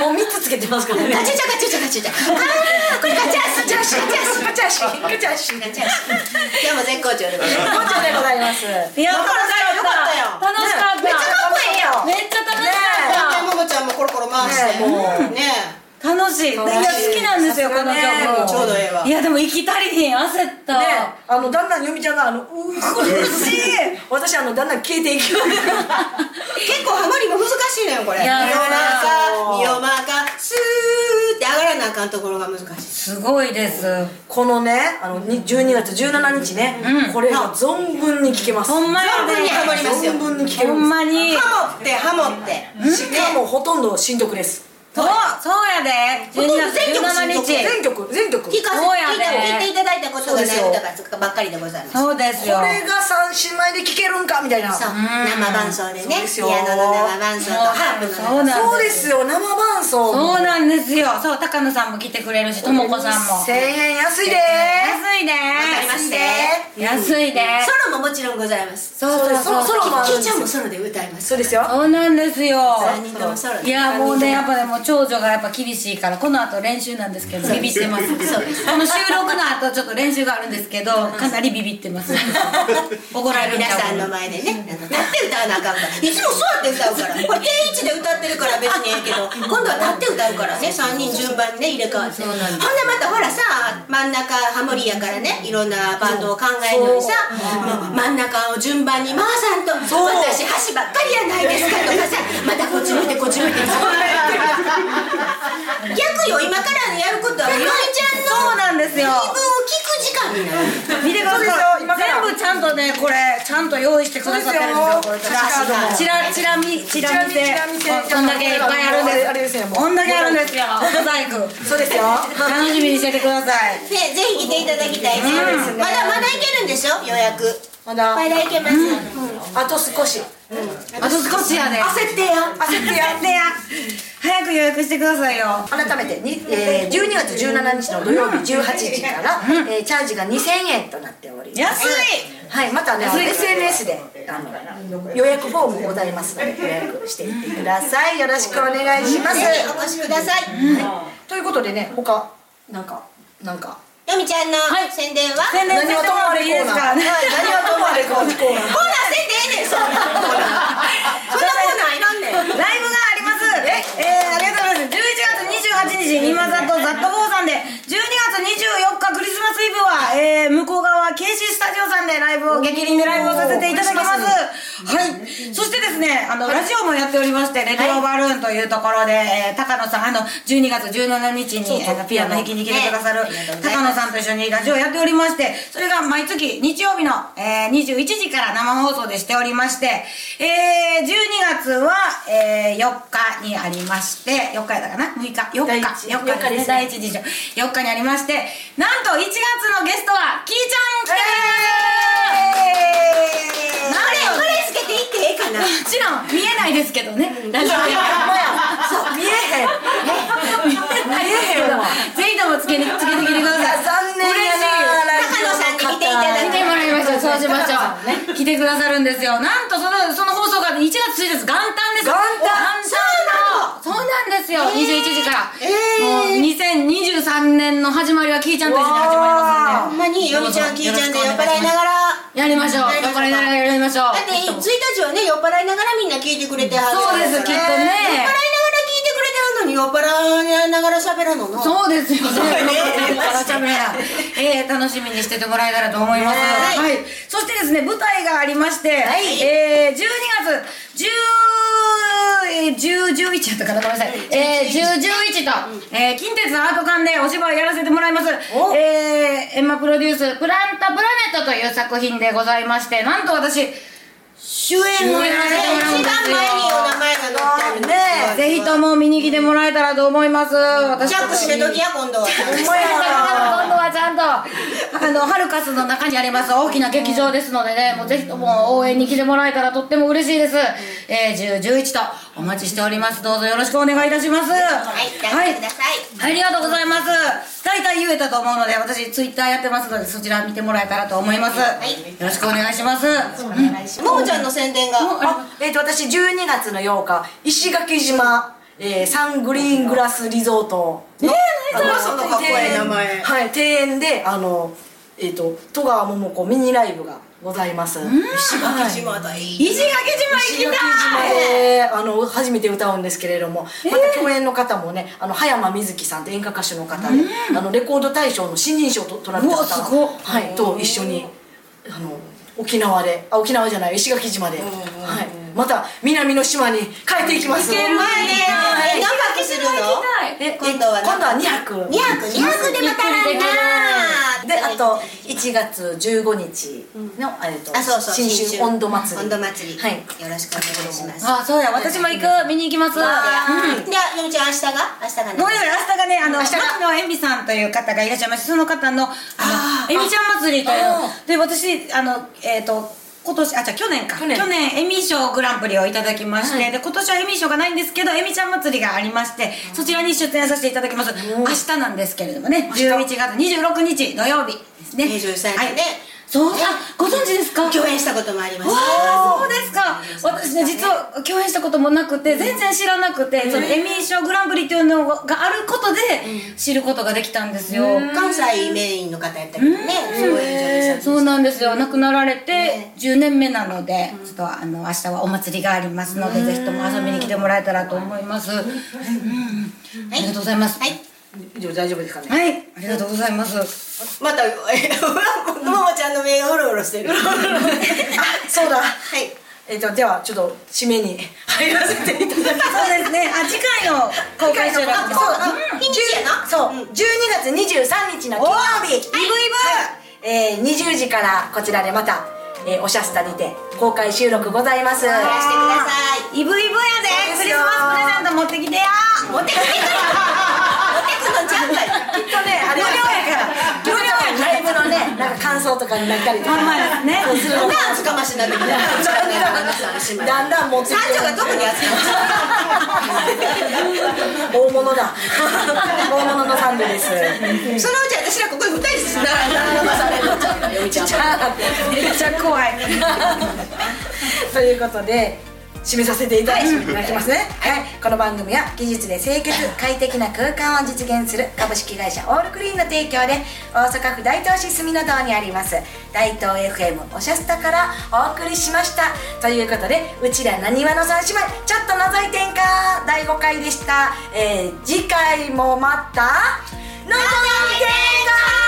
A: もう3つつけてますからね
B: カチューシャカチューシャカチューシャあーこれカチャースカチャースカチャースカチャースカチャースカチャー ス今日も絶好調でございま
A: こ
B: す
A: ちらでございます
C: いや
B: だからさよかったよ
C: 楽しかった
B: めっちゃかっこええよ
C: めっちゃ楽しかった
B: 絶対ももちゃんもコロコロ回して
A: ねもう
B: ね
C: 楽しいいや好きなんですよこの
B: えちょう
C: 曲
B: どええわ
C: いやでも行き足りひん焦った
A: ねあのだんだん由美ちゃんがあのうー苦しい私あのだんだん消えていく
B: 結構ハモリも難しいのよこれ「身を
C: や
B: まか
A: そう
B: 身をまかスー」って上がらなあかんところが難しい
C: すごいです
A: このねあのに12月17日ね、これが存分に聞けます
C: ほんまや
B: 存分にハモりますよ
A: 存分に聞ける
C: ほんまに
B: ハモってハモって
A: しかもほとんど新曲です
C: そうそうやで
B: ほとんど
C: 12月
B: 全曲
C: 17
B: 新曲
C: 日
A: 全曲全曲こ
B: 聞かせ
C: そうやね
B: 聞いて聞いていただいたことがない
A: そうで
B: 歌
A: す
B: がばっかりでございますそう
C: そうです
A: れ
C: よ
A: が三姉妹で聞けるんかみたいなそう
B: 生伴奏で
A: そう
B: ね
A: です
B: ピ
A: よ
B: アノの生伴奏とハープの生
C: そ
B: 伴
C: う
B: 奏
C: なんで
A: で
C: す
A: すよ生伴奏
C: そうなんですよそう高野さんも来てくれるしともこさんも
A: 1000円安いで
C: 安いね
B: わかりまして
C: 安いね
B: ソロももちろんございます
C: そうそうそう
A: ソロもあ
B: キ
A: るん
B: イ
A: です
B: ちゃん
A: よ
B: もソロで歌います
A: そうですよ
C: そうなんですよ
B: 3人ともソロで
C: いやもうねやっぱでも長女がやっぱ厳しいからこの後練習なんですけどビビってますこの収録の後ちょっと練習があるんですけどかなりビビってます怒られる
B: 皆
C: ちゃう
B: さんの前でね、あの立って歌わなあかんからいつも座って歌うからこれ 定位置で歌ってるから別にええけど今度は立って歌うからね3人順番にね入れ替わってほんでまたほらさ真ん中ハモリやからねいろんなバンドを考えるのにさもう真ん中を順番に回さんと私箸ばっかりやないですかとかさまたこっち向いてこっち向いて逆よ今からやる ことはみのりちゃん
C: そうなんですよ
B: の言い分を聞く時間になる
C: 見てくださ
A: そう
C: い
A: ですよ今から
C: 全部ちゃんとねこれちゃんと用意してくださってるんですよこ
A: そう
C: れ
A: ですよ
C: チラチラ見チラ見
A: チ
C: て
A: ラ見チラ見て
C: こんだけいっぱいあるんです
A: あれですよもう
C: こんだけあるんですよ小細工
A: そうですよ
C: 楽しみにしててください
B: ね、ぜひ来ていただきたいね。まだまだいけるんでしょ予約。
A: まだ
B: まだいけます。
A: あと少し
C: あと少しやで
A: 焦ってや焦ってや
C: でや早く予約索してくださいよ
A: 改めてに、えー、12月17日の土曜日18時から、えーチャージが2000円となっております
C: 安い
A: はい、またね、あの SNS であの予約フォームございますので予約していってくださいよろしくお願いします、
B: お越しください、
A: ということでね他なんかなんか
B: よみちゃんの宣伝は、
C: 宣伝
A: 何はともあれ
C: いいですからね
A: はい何はともあれコーナーコーナー
B: コーナーせんでええ ねんそんなコーナーそんなコーナーいらんねん
C: ライブがありますえ、えー、ありがとうございます11月28日今里ザットフォーさんで12月24日クリスマスイブは、えー、向こう側 KC スタジオさんでライブを激輪でライブをさせていただきますはいそしてですねあの、ラジオもやっておりましてレディオバルーンというところで、えー高野さんあの12月17日にあのピアノ弾きに来てくださる、高野さんと一緒にラジオやっておりましてそれが毎月日曜日の、えー、21時から生放送でしておりまして、えー、12月は、えー、4日にありまして4日やったかな6日4日4日ですね第一次上4日にありましてなんと1月のゲストはキイちゃん来てくれます
B: こ
C: なるよ
B: れつけていってええかな
C: もちろん見えないですけどねラジオ
A: そう見えへん
C: 見えへんわぜひともつけにつけてきてください
A: 残念やな
B: 高野さんに来ていただい
C: 来
B: て
C: てもらいましょうそうしましょう来てくださるんですよなんとそのその放送が1月1日元旦です
A: 元旦
C: 元旦のそうなんですよ、21時から、もう2023年の始まりはキイちゃんと一緒に始まりま
B: ほん
C: すんで
B: まによみちゃんきいちゃんで酔っ払いながら
C: やりましょう
B: やりましょう
C: これならやりましょ
B: だ
C: う
B: って1日はね酔っ払いながらみんな聞いてくれてはる
C: そうですき
B: 酔
C: っと
B: っ払いながら聞いてくれてはるのに
C: ね
B: 酔っ払いながら喋らんのな
C: そうですよね。えー、楽しみにしててもらえたらと思います。
B: は
C: はい。そしてですね、舞台がありまして、えー、12月10、10、11やったかな、ごめんなさい。えー、10、11と、えー、近鉄アート館でお芝居やらせてもらいます。えー、エンマプロデュース、プランタプラネットという作品でございまして、なんと私、主演をやらせてもらうん
B: 一
C: です
B: 番前に
C: よ。
B: お名前が載ってある
C: ねぜひとも見に来てもらえたらと思います。私
B: ジャック閉めときや今 度は
C: 今度はちゃんとあのハルカスの中にあります大きな劇場ですのでねもうぜひとも応援に来てもらえたらとっても嬉しいです、えー、1011とお待ちしておりますどうぞよろしくお願いいたしますはい
B: 頑張ってください
C: ありがとうございます大体言えたと思うので私ツイッターやってますのでそちら見てもらえたらと思います、よろしくお願いします
B: ももちゃんの宣伝が
A: あえー、と私12月の8日石垣島、えーサングリーングラスリゾートのあの
B: そのかっこええ名前
A: 庭園はい庭園であのえっ、と戸川桃子ミニライブがございます石垣島
B: まだいい
C: 石垣島行きたい
A: であの初めて歌うんですけれども、また共演の方もねあの葉山瑞希さんと演歌歌手の方で、あのレコード大賞の新人賞と取られた
C: うわすご
A: 方
C: っ
A: はい、と一緒にあの沖縄であ沖縄じゃない石垣島で、はい、また南の島に帰っていきます
B: 前ね
A: はい
B: 何泊するの
A: え
B: 今度は
A: 今度は2泊
B: 2泊2泊でまたらんな
A: であと1月15日の、えっと
B: あそうそう
A: 新春温度祭り
B: 温度祭り
A: はい
B: よろしくお願いします
C: あそうや私も行く見に行きます
B: はいじゃあよみちゃん明日が明日がね
C: ごめんなさい明日がねあの牧野恵美さんという方がいらっしゃいましてその方のあの恵美ちゃん祭りというで私あのえっ、と今年あじゃあ去年か去
A: 年
C: 年エミ賞グランプリをいただきまして、で今年はエミ賞がないんですけどエミちゃん祭りがありましてそちらに出演させていただきます明日なんですけれどもね11月26日土曜日ですね
B: 23日ね
C: はい、そうあご存知ですか
B: 共演したこともありま
C: わ
B: す
C: あそうですか私ね実は共演したこともなくて全然知らなくて、そのエミー賞グランプリっていうのがあることで知ることができたんですよ、
B: 関西メインの方やったりねすごい女優さん
C: そうなんですよ亡くなられて10年目なので、ちょっとあの明日はお祭りがありますので、ぜひとも遊びに来てもらえたらと思います、うんありがとうございます
B: はい
A: 以上大丈夫ですかね
C: はい、ありがとうございます
B: またえももちゃんの目がうろうろしてるあ そうだはい
A: えっとではちょっと締めに入らせていただきます
C: そうですねあ次回の公開収録
B: あそうあ日にちや な
A: そう、12月23日の金曜日、イブイブ、えー、20時からこちらでまた、えー、おしゃスタにて公開収録ございます。
B: いらしてください
C: イブイブやでクリスマスプレゼント持ってきてや
B: 持ってくる持ってくのじゃんかい
A: きっとね、あれは無料やから、無料ライブの ね、なんか感想とかになったりとか、
C: まんまですね
A: そうするのが
B: 厚かましになってきた
A: だんだん持ってきて
B: 三女が特に厚かまし
A: 大物だ大物のサンドです
E: そのう ち私らここで二人で住んだらされるちゃうのよみちゃん
A: めっちゃ怖いということで締めさせていただきますね、はい、この番組は技術で清潔快適な空間を実現する株式会社オールクリーンの提供で大阪府大東市住の堂にあります大東 FM おしゃスタからお送りしましたということでうちらなにわの三姉妹ちょっと覗いてんか第5回でした、えー次回もまた覗いてんか